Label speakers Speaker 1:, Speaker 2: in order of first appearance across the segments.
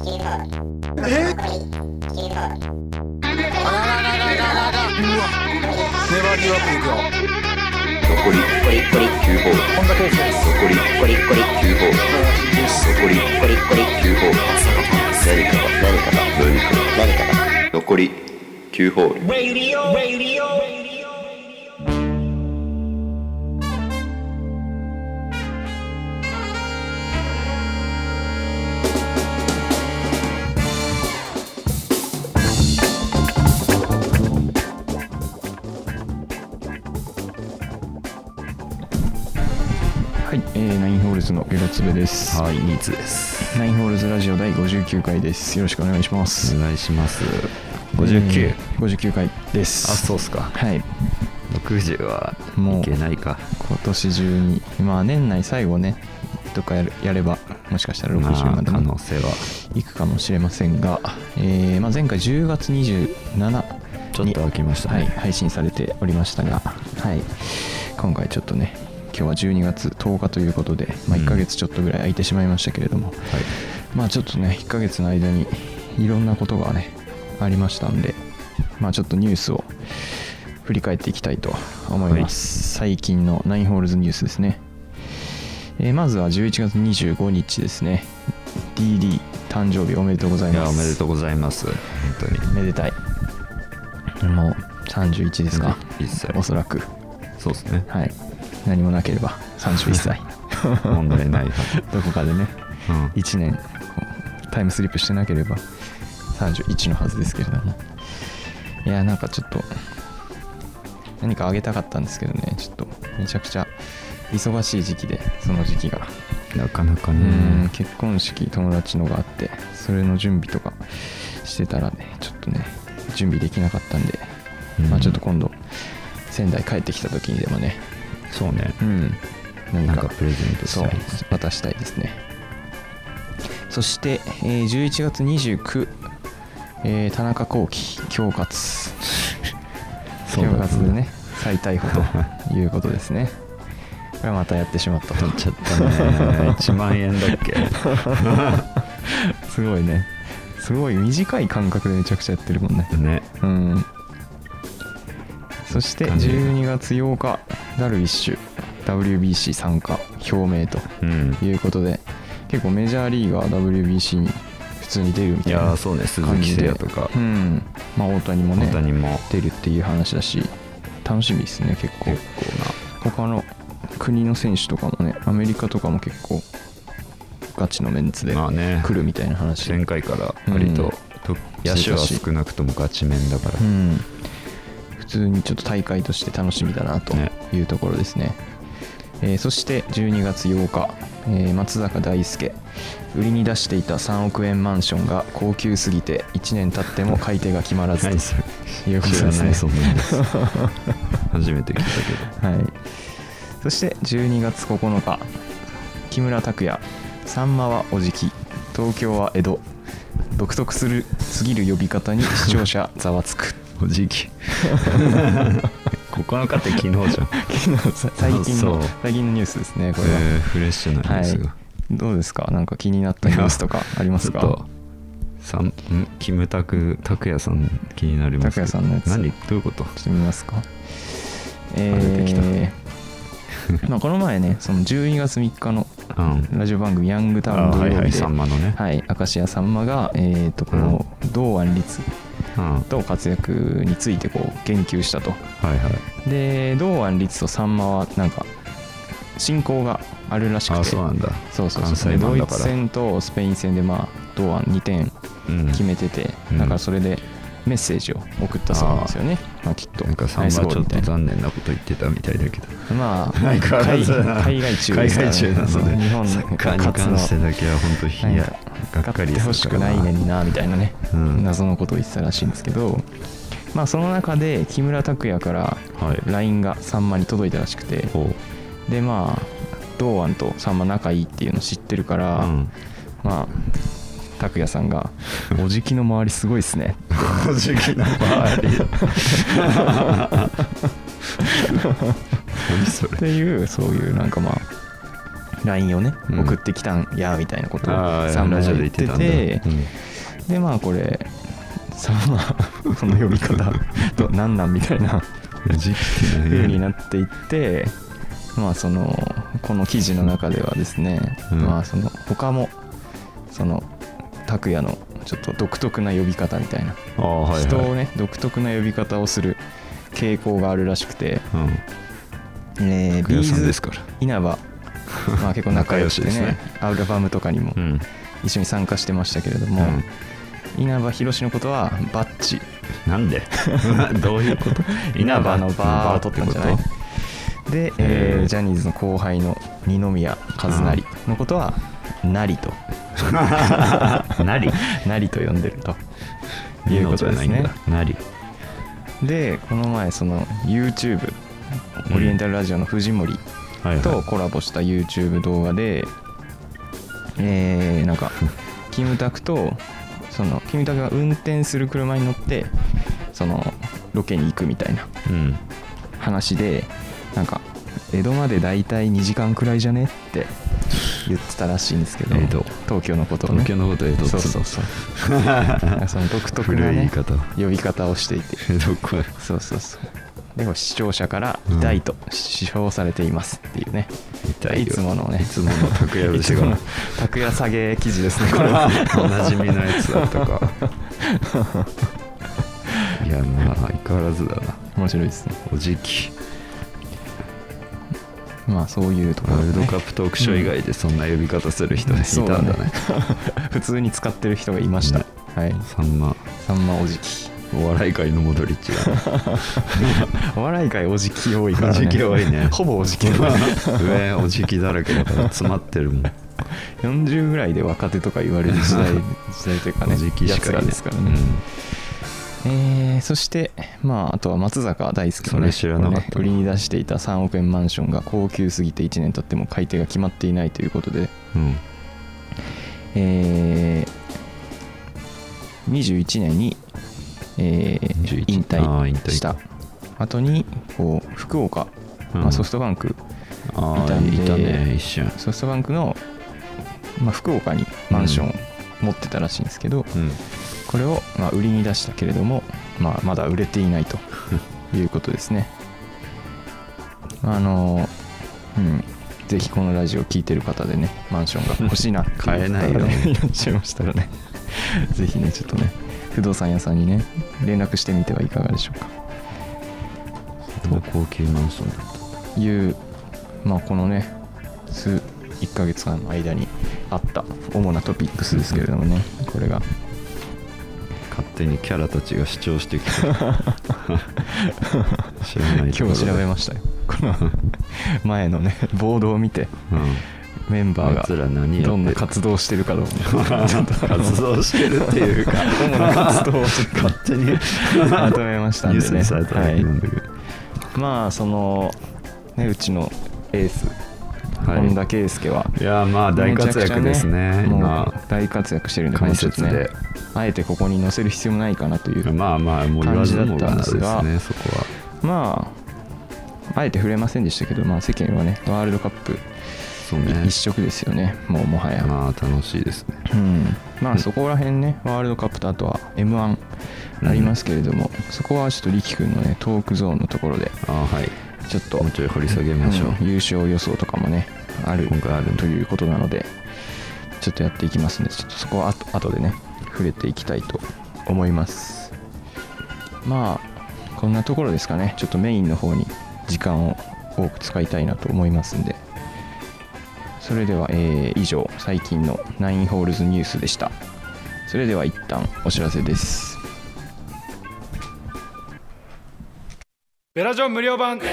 Speaker 1: えあらららららららうわ粘りよくいくよ
Speaker 2: 残り9ホール
Speaker 1: こんだけですね
Speaker 2: 残り9ホール残り9ホール何かが何かが何かが何かが残り9ホール
Speaker 3: はい、えー、ナインホールズのゲロツベです。
Speaker 4: はい、ニーツです。
Speaker 3: ナインホールズラジオ第59回です。よろしくお願いします
Speaker 4: お。願いします。
Speaker 3: えー。59回です。
Speaker 4: あ、そうっすか。
Speaker 3: はい。
Speaker 4: 60は
Speaker 3: もう
Speaker 4: いけないか。
Speaker 3: 今年中に、まあ年内最後ね、とかやるやれば、もしかしたら
Speaker 4: ま
Speaker 3: 60ま
Speaker 4: あ、
Speaker 3: で
Speaker 4: 可
Speaker 3: ね
Speaker 4: 能性は。
Speaker 3: いくかもしれませんが、えーまあ、前回10月27
Speaker 4: ちょっと空きましたね
Speaker 3: はい、配信されておりましたが、はい、今回ちょっとね今日は12月10日ということで、まあ、
Speaker 4: うん
Speaker 3: 1ヶ月ちょっとぐらい空いてしまいましたけれども、まあちょっとね1ヶ月の間にいろんなことがねありましたんでまあちょっとニュースを振り返っていきたいと思います、最近のナインホールズニュースですねえーまずは11月25日ですね DD 誕生日おめでとうござい
Speaker 4: いや、
Speaker 3: ま
Speaker 4: お
Speaker 3: す
Speaker 4: めでとうございます。本当に。
Speaker 3: めでたいもう31ですか、
Speaker 4: うん一歳
Speaker 3: おそらく
Speaker 4: そうですね。
Speaker 3: はい何もなければ31歳
Speaker 4: 問題 ないはず。
Speaker 3: どこかでね
Speaker 4: うん。
Speaker 3: 1年タイムスリップしてなければ31のはずですけれどもいやなんかちょっと何かあげたかったんですけどねちょっとめちゃくちゃ忙しい時期でその時期が
Speaker 4: なかなか
Speaker 3: うん
Speaker 4: ね。
Speaker 3: 結婚式友達のがあってそれの準備とかしてたらねちょっとね準備できなかったんで、
Speaker 4: うん
Speaker 3: まあちょっと今度仙台帰ってきた時にでもね
Speaker 4: そうね。
Speaker 3: うん何
Speaker 4: なん
Speaker 3: か
Speaker 4: かプレゼントし
Speaker 3: そう
Speaker 4: たいです。
Speaker 3: 渡したいですねそして、えー11月29、えー田中聖輝恐喝恐
Speaker 4: だ
Speaker 3: 喝でね。再逮捕ということですね これはまたやってしまったと
Speaker 4: 取っちゃったね。1万円だっ け。
Speaker 3: すごいねすごい短い間隔でめちゃくちゃやってるもんね
Speaker 4: ね。
Speaker 3: うんそして
Speaker 4: 感じる
Speaker 3: 12月8日ダルビッシュ WBC 参加表明と
Speaker 4: うん。
Speaker 3: いうことで結構メジャーリーガー WBC に普通に出るみ
Speaker 4: い
Speaker 3: たい
Speaker 4: や
Speaker 3: な
Speaker 4: ー、そうね。鈴
Speaker 3: 感
Speaker 4: 木誠
Speaker 3: じで
Speaker 4: 也とか
Speaker 3: う、んまあ、大谷もね
Speaker 4: 大谷も
Speaker 3: 出るっていう話だし楽しみですね結構
Speaker 4: 結構な。
Speaker 3: 他の国の選手とかもねアメリカとかも結構ガチのメンツで
Speaker 4: まあね
Speaker 3: 来るみたいな話、
Speaker 4: 前回から割
Speaker 3: うん
Speaker 4: とと野手は少なくともガチ面だから、
Speaker 3: うん、普通にちょっと大会として楽しみだなと
Speaker 4: ね
Speaker 3: いうところですねえーそして12月8日、えー松坂大輔売りに出していた3億円マンションが高級すぎて1年経っても買い手が決まら ず
Speaker 4: 何それ
Speaker 3: ということ
Speaker 4: 知らない
Speaker 3: で
Speaker 4: そ
Speaker 3: す
Speaker 4: ん
Speaker 3: ね、
Speaker 4: なです初めて聞いたけ
Speaker 3: はい、そして12月9日木村拓哉「さんまはおじき東京は江戸」独特するすぎる呼び方に視聴者ざわつく
Speaker 4: どおじき9日って昨 日じゃん
Speaker 3: 昨日さ最近の
Speaker 4: あそう
Speaker 3: 最近のニュースですねこれは、
Speaker 4: えー、フレッシュなニュースが、
Speaker 3: はいどうですかなんか気になったニュースとかあります
Speaker 4: ちょっ
Speaker 3: か
Speaker 4: とさんんキムタク拓也さん気になりますけど
Speaker 3: 拓也さんのやつ
Speaker 4: 何どういうこと
Speaker 3: してみますかえ
Speaker 4: あ出てきた
Speaker 3: ー まあこの前ねその12月3日の
Speaker 4: うん
Speaker 3: ラジオ番組「ヤングタウン
Speaker 4: あ」
Speaker 3: 土
Speaker 4: はい
Speaker 3: 曜
Speaker 4: は
Speaker 3: 日
Speaker 4: い
Speaker 3: で
Speaker 4: さんまのね、
Speaker 3: はい明石家さんまが、えー、とこの同安立
Speaker 4: うんは
Speaker 3: と活躍についてこう言及したと
Speaker 4: いはい
Speaker 3: で同安立とさんまはなんか親交があるらしくて
Speaker 4: あそうなんだ
Speaker 3: そうそう
Speaker 4: 関
Speaker 3: そう
Speaker 4: 西
Speaker 3: で
Speaker 4: な
Speaker 3: ド
Speaker 4: ん
Speaker 3: イ
Speaker 4: だか
Speaker 3: ツ
Speaker 4: ら
Speaker 3: 戦とスペイン戦でまあ同安2点
Speaker 4: うん
Speaker 3: 決めてて、
Speaker 4: うん
Speaker 3: だからそれでメッセージを送ったそうなんですよね、まあ、きっと
Speaker 4: なんかさん
Speaker 3: ナ
Speaker 4: ま
Speaker 3: イス
Speaker 4: ち
Speaker 3: ゴー
Speaker 4: ょっ
Speaker 3: ルみた
Speaker 4: と
Speaker 3: いな
Speaker 4: 残念なこと言ってたみたいだけど
Speaker 3: まあ
Speaker 4: 相変わら
Speaker 3: 海
Speaker 4: ずだな
Speaker 3: 海外中ですから
Speaker 4: 海
Speaker 3: ね
Speaker 4: 外中な
Speaker 3: そう
Speaker 4: ので
Speaker 3: 日本
Speaker 4: サッカーに関してだけは本当にい
Speaker 3: なん
Speaker 4: や
Speaker 3: か
Speaker 4: がっか
Speaker 3: 買っ
Speaker 4: り
Speaker 3: てほしくないね
Speaker 4: に
Speaker 3: になみたいなね、
Speaker 4: うん
Speaker 3: 謎のことを言ってたらしいんですけどまあその中で木村拓哉から
Speaker 4: はい
Speaker 3: LINE がさんまに届いたらしくて
Speaker 4: ほ
Speaker 3: でまあ堂安とさんま仲いいっていうの知ってるから、
Speaker 4: ううん
Speaker 3: まあ拓哉さんが「おじきの周りすごいっすね」
Speaker 4: 正直な周り何それ
Speaker 3: っていうそういうなんかまあ LINE をね
Speaker 4: うん
Speaker 3: 送ってきたんやみたいなことを
Speaker 4: ああ
Speaker 3: サンマ
Speaker 4: ラジオ
Speaker 3: が
Speaker 4: で
Speaker 3: 言
Speaker 4: 言
Speaker 3: っ
Speaker 4: って
Speaker 3: て
Speaker 4: たんだ、
Speaker 3: て
Speaker 4: うん
Speaker 3: でまあこれサンマ その呼び方と何なんみたいな
Speaker 4: 時期ってね
Speaker 3: 風になっていってまあそのこの記事の中ではですね、
Speaker 4: うん
Speaker 3: まあその他もその拓也のちょっと独特な呼び方みたいな、
Speaker 4: ああはいはい
Speaker 3: 人をね独特な呼び方をする傾向があるらしくて、
Speaker 4: うん
Speaker 3: えー、
Speaker 4: 拓
Speaker 3: ビー
Speaker 4: 也さん
Speaker 3: ズ
Speaker 4: ですから
Speaker 3: 稲 葉まあ結構仲良
Speaker 4: 仲良
Speaker 3: くて
Speaker 4: し
Speaker 3: ね
Speaker 4: ですね
Speaker 3: アルバムとかにも
Speaker 4: うん
Speaker 3: 一緒に参加してましたけれども、稲葉博のことはバッチ
Speaker 4: なんで どういうこと
Speaker 3: 稲葉のバーを
Speaker 4: 稲葉
Speaker 3: 取ったんじゃない
Speaker 4: ってこ
Speaker 3: で、え
Speaker 4: へ
Speaker 3: ー
Speaker 4: ー
Speaker 3: ジャニーズの後輩の二宮和也のことは「なり」と
Speaker 4: となり
Speaker 3: 「なり」と呼んでるという
Speaker 4: 二の
Speaker 3: ことです
Speaker 4: じゃないん
Speaker 3: ね
Speaker 4: だなり
Speaker 3: でこの前その YouTube
Speaker 4: うん
Speaker 3: オリエンタルラジオの藤森
Speaker 4: はいはい
Speaker 3: とコラボした YouTube 動画で、えーなんかキムタクとそのキムタクが運転する車に乗ってそのロケに行くみたいな
Speaker 4: うん
Speaker 3: 話でなんか江戸まで大体2時間くらいじゃねって言ってたらしいんですけど
Speaker 4: 江戸
Speaker 3: 東京のことをね
Speaker 4: 東京のこと江戸っつ
Speaker 3: そう
Speaker 4: の
Speaker 3: そうそ うなんかその独特な、
Speaker 4: 古い言い
Speaker 3: ね、
Speaker 4: 方
Speaker 3: 呼び方をしていて
Speaker 4: 江戸っ子
Speaker 3: そうそうそうでも視聴者から
Speaker 4: うん
Speaker 3: 痛いと主張されていますっていうね、
Speaker 4: 痛
Speaker 3: い
Speaker 4: いよ
Speaker 3: つものね
Speaker 4: いつもの拓也
Speaker 3: い
Speaker 4: 節
Speaker 3: つも
Speaker 4: が
Speaker 3: の拓也下げ記事ですねこ
Speaker 4: こ
Speaker 3: れ
Speaker 4: れ
Speaker 3: は
Speaker 4: はおなじみのやつだったかいやまあ相変わらずだな
Speaker 3: 面白いですね
Speaker 4: おじき
Speaker 3: まあそういうとこ
Speaker 4: ワ
Speaker 3: ろ、ね、
Speaker 4: ールドカップトークショー以外でそんな呼び方する人いた
Speaker 3: そ
Speaker 4: ん
Speaker 3: う
Speaker 4: だ
Speaker 3: だね
Speaker 4: ね
Speaker 3: 普通に使ってる人がいました、
Speaker 4: ね
Speaker 3: はい
Speaker 4: さんま
Speaker 3: さんまおじき
Speaker 4: お笑い界のモドリッチだ ね
Speaker 3: お笑い界おじき多いから、ね、
Speaker 4: おじき多いね
Speaker 3: ほぼおじきだね
Speaker 4: 上おじきだらけだから詰まってるもん
Speaker 3: 40ぐらいで若手とか言われる時 代時代というかね
Speaker 4: おじきしかい
Speaker 3: やつら
Speaker 4: ない
Speaker 3: ですからね、えーそしてまああとは松坂大輔もね
Speaker 4: それ知らなかったな
Speaker 3: これね売りに出していた3億円マンションが高級すぎて1年経っても買い手が決まっていないということで、
Speaker 4: うん、うん
Speaker 3: えー21年に、えー
Speaker 4: 21
Speaker 3: 引
Speaker 4: あー引
Speaker 3: 退
Speaker 4: 退
Speaker 3: した後にこう福岡、
Speaker 4: うん
Speaker 3: まあ、ソフトバンク
Speaker 4: ああ
Speaker 3: い
Speaker 4: い
Speaker 3: た
Speaker 4: た
Speaker 3: んで
Speaker 4: ね一瞬
Speaker 3: ソフトバンクの、まあ、福岡にマンションを持ってたらしいんですけど、
Speaker 4: うん
Speaker 3: これをまあ売りに出したけれども、まあ、まだ売れて いないということですねあのうんぜひこのラジオ聞いてる方でねマンションが欲しいなっていう方
Speaker 4: 買え
Speaker 3: がね
Speaker 4: ないよ
Speaker 3: いらっしゃいましたらね ぜひねちょっとね不動産屋さんにね連絡してみてはいかがでしょうか
Speaker 4: そんな高級マンションだった
Speaker 3: というまあこのね数1ヶ月間の間にあった主なトピックスですけれどもねこれが
Speaker 4: 勝手にキャラたちが主張してき て知らないとこ
Speaker 3: 今
Speaker 4: ろ
Speaker 3: 日調べ
Speaker 4: で
Speaker 3: ましたよこ の前のねボードを見て
Speaker 4: うん
Speaker 3: メンバ
Speaker 4: あいつら
Speaker 3: ー
Speaker 4: 何やって
Speaker 3: が
Speaker 4: る
Speaker 3: どんな活動をしてるかどうかちょっとあ の
Speaker 4: 活動してるっていう か
Speaker 3: 主な活動をちょっと
Speaker 4: 勝手に
Speaker 3: まとめましたん
Speaker 4: ニュー
Speaker 3: で
Speaker 4: ス
Speaker 3: ね
Speaker 4: にされただけなんだけど、
Speaker 3: まあそのねうちのエース
Speaker 4: はい
Speaker 3: 本田圭佑はい
Speaker 4: やまあ大活躍ですね
Speaker 3: めちゃくちゃも
Speaker 4: 今
Speaker 3: う大活躍してるんで
Speaker 4: 解説で
Speaker 3: この人ねあえてここに載せる必要もないかなという
Speaker 4: まあまあもう言わずもがなです
Speaker 3: 感じだ
Speaker 4: ねそこは
Speaker 3: まああえて触れませんでしたけど、まあ、世間はねワールドカップ
Speaker 4: そうね
Speaker 3: 一色ですよねもうもはや、
Speaker 4: まあ楽しいですね
Speaker 3: うん、まあそこら辺ね、ワールドカップとあとは m 1ありますけれども、そこはちょっと力くんのねトークゾーンのところで
Speaker 4: あはい
Speaker 3: ちょっと
Speaker 4: もうちょい掘り下げましょう、
Speaker 3: うん優勝予想とかもねある
Speaker 4: 今回ある
Speaker 3: ということなのでちょっとやっていきますのでちょっとそこはあと後でね触れていきたいと思いますまあこんなところですかねちょっとメインの方に時間を多く使いたいなと思いますんでそれでは、えー以上最近のナインホールズニュースでしたそれでは一旦お知らせです
Speaker 5: ベラジョン無料版世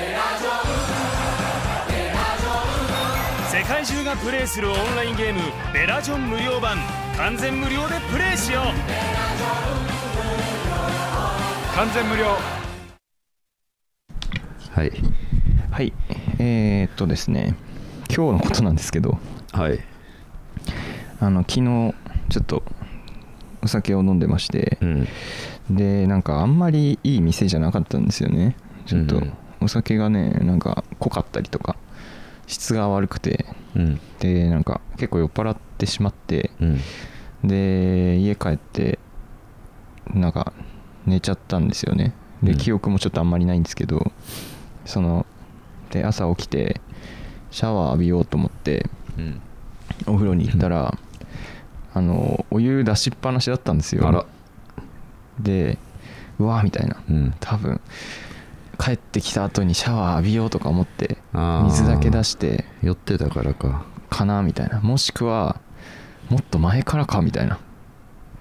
Speaker 5: 界中がプレイするオンラインゲームベラジョン無料版完全無料でプレイしよう完全無料
Speaker 4: はい
Speaker 3: はいえー、っとですね今日のことなんですけど
Speaker 4: はい
Speaker 3: あの昨日ちょっとお酒を飲んでまして
Speaker 4: う、ん
Speaker 3: でなんかあんまりいい店じゃなかったんですよねちょっ
Speaker 4: う
Speaker 3: と
Speaker 4: ん
Speaker 3: お酒がねなんか濃かったりとか質が悪くて
Speaker 4: うん
Speaker 3: でなんか結構酔っ払ってしまって
Speaker 4: うん
Speaker 3: で家帰ってなんか寝ちゃったんですよね
Speaker 4: う
Speaker 3: で
Speaker 4: ん
Speaker 3: 記憶もちょっとあんまりないんですけど、そので朝起きてシャワー浴びようと思って
Speaker 4: うん
Speaker 3: お風呂に行ったら、あのお湯出しっぱなしだったんですよ
Speaker 4: あら
Speaker 3: でうわーみたいな、
Speaker 4: うん
Speaker 3: 多分帰ってきた後にシャワー浴びようとか思って
Speaker 4: あー
Speaker 3: 水だけ出して
Speaker 4: 酔ってたからか
Speaker 3: かなみたいなもしくはもっと前からかみたいな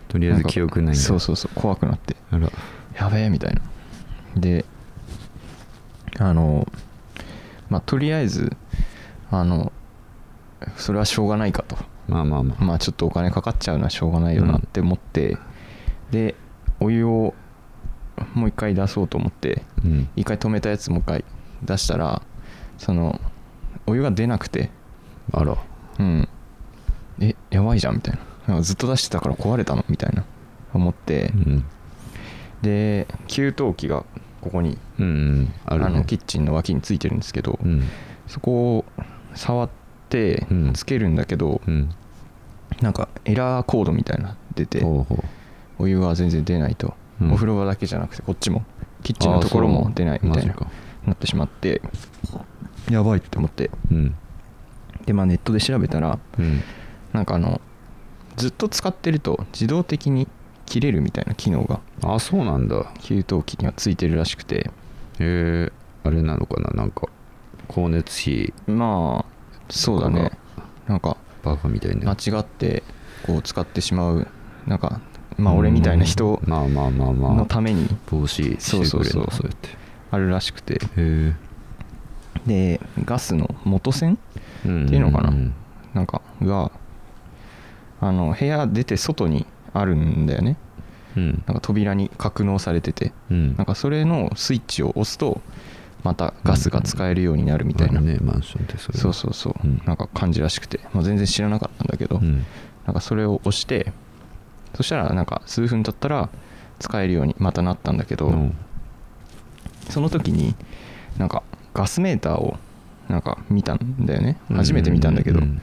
Speaker 4: とりあえず記憶ないんだ
Speaker 3: そうそうそう怖くなって
Speaker 4: あら
Speaker 3: やべえみたいなであのまあとりあえずあのそれはしょうがないかと
Speaker 4: まあまあまあ
Speaker 3: まあちょっとお金かかっちゃうのはしょうがないよなって思って、でお湯をもう一回出そうと思って
Speaker 4: うん
Speaker 3: 一回止めたやつもう一回出したらそのお湯が出なくて
Speaker 4: あら
Speaker 3: うんえやばいじゃんみたいななんかずっと出してたから壊れたのみたいな思って、
Speaker 4: うん
Speaker 3: で給湯器がここに
Speaker 4: うんうん
Speaker 3: あ
Speaker 4: あるね
Speaker 3: のキッチンの脇についてるんですけど、
Speaker 4: うん
Speaker 3: そこを触って
Speaker 4: うん
Speaker 3: つけるんだけど、
Speaker 4: うん
Speaker 3: なんかエラーコードみたいなの出て
Speaker 4: ほうほう
Speaker 3: お湯が全然出ないと、
Speaker 4: うん
Speaker 3: お風呂場だけじゃなくてこっちもキッチンのところ
Speaker 4: あーそ
Speaker 3: も
Speaker 4: う
Speaker 3: 出ないみたい
Speaker 4: マ
Speaker 3: な
Speaker 4: ジか
Speaker 3: なってしまってやばいって思って
Speaker 4: うん
Speaker 3: でまあネットで調べたら
Speaker 4: うん
Speaker 3: なんかあのずっと使ってると自動的に切れるみたいな機能が
Speaker 4: あそうなんだ
Speaker 3: 給湯器にはついてるらしくて
Speaker 4: へえあれなのかななんか光熱費
Speaker 3: まあそうだねなんか
Speaker 4: バカみたい
Speaker 3: 間
Speaker 4: な
Speaker 3: 違ってこう使ってしまうなんかまあ俺みたいな人
Speaker 4: うんまあまあまあまあ
Speaker 3: のために
Speaker 4: 防止してくれるの
Speaker 3: そうそうそう
Speaker 4: そうやって
Speaker 3: あるらしくて
Speaker 4: へ
Speaker 3: でガスの元栓
Speaker 4: えん
Speaker 3: っていうのかな
Speaker 4: うん
Speaker 3: なんかがあの部屋出て外にあるんだよね
Speaker 4: うん
Speaker 3: なんか扉に格納されてて
Speaker 4: うん
Speaker 3: なんかそれのスイッチを押すとまたガスが使えるようになるみたいな、
Speaker 4: あるねマンションってそれ
Speaker 3: そうそうそう、
Speaker 4: うん
Speaker 3: なんか感じらしくて、まあ、全然知らなかったんだけ
Speaker 4: う
Speaker 3: ど、
Speaker 4: ん
Speaker 3: なんかそれを押してそしたらなんか数分経ったら使えるようにまたなったんだけど、
Speaker 4: うん
Speaker 3: その時になんかガスメーターをなんか見たんだよね初めて見たんだけど、
Speaker 4: うん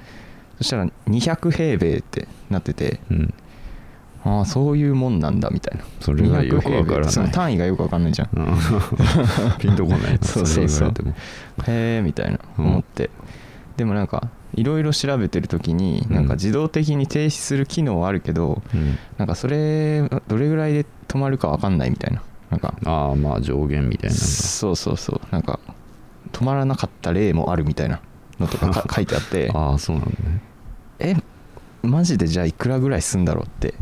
Speaker 3: そしたら200平米ってなってて
Speaker 4: うん
Speaker 3: ああそういうもんなんだみたいな
Speaker 4: それがよくわ
Speaker 3: 200
Speaker 4: からない
Speaker 3: その単位がよくわかんない じゃん、
Speaker 4: うんピンとこないな
Speaker 3: そうそうそう
Speaker 4: れ言われても
Speaker 3: へえみたいな
Speaker 4: うん
Speaker 3: 思って、でもなんかいろいろ調べてる時に
Speaker 4: うん
Speaker 3: なんか自動的に停止する機能はあるけど、
Speaker 4: うん
Speaker 3: なんかそれどれぐらいで止まるかわかんないみたいななんか
Speaker 4: ああまあ上限みたいなのが
Speaker 3: そうそうそうなんか止まらなかった例もあるみたいなのとかか 書いてあって
Speaker 4: ああそうなんだね
Speaker 3: えマジでじゃあいくらぐらいすんだろうって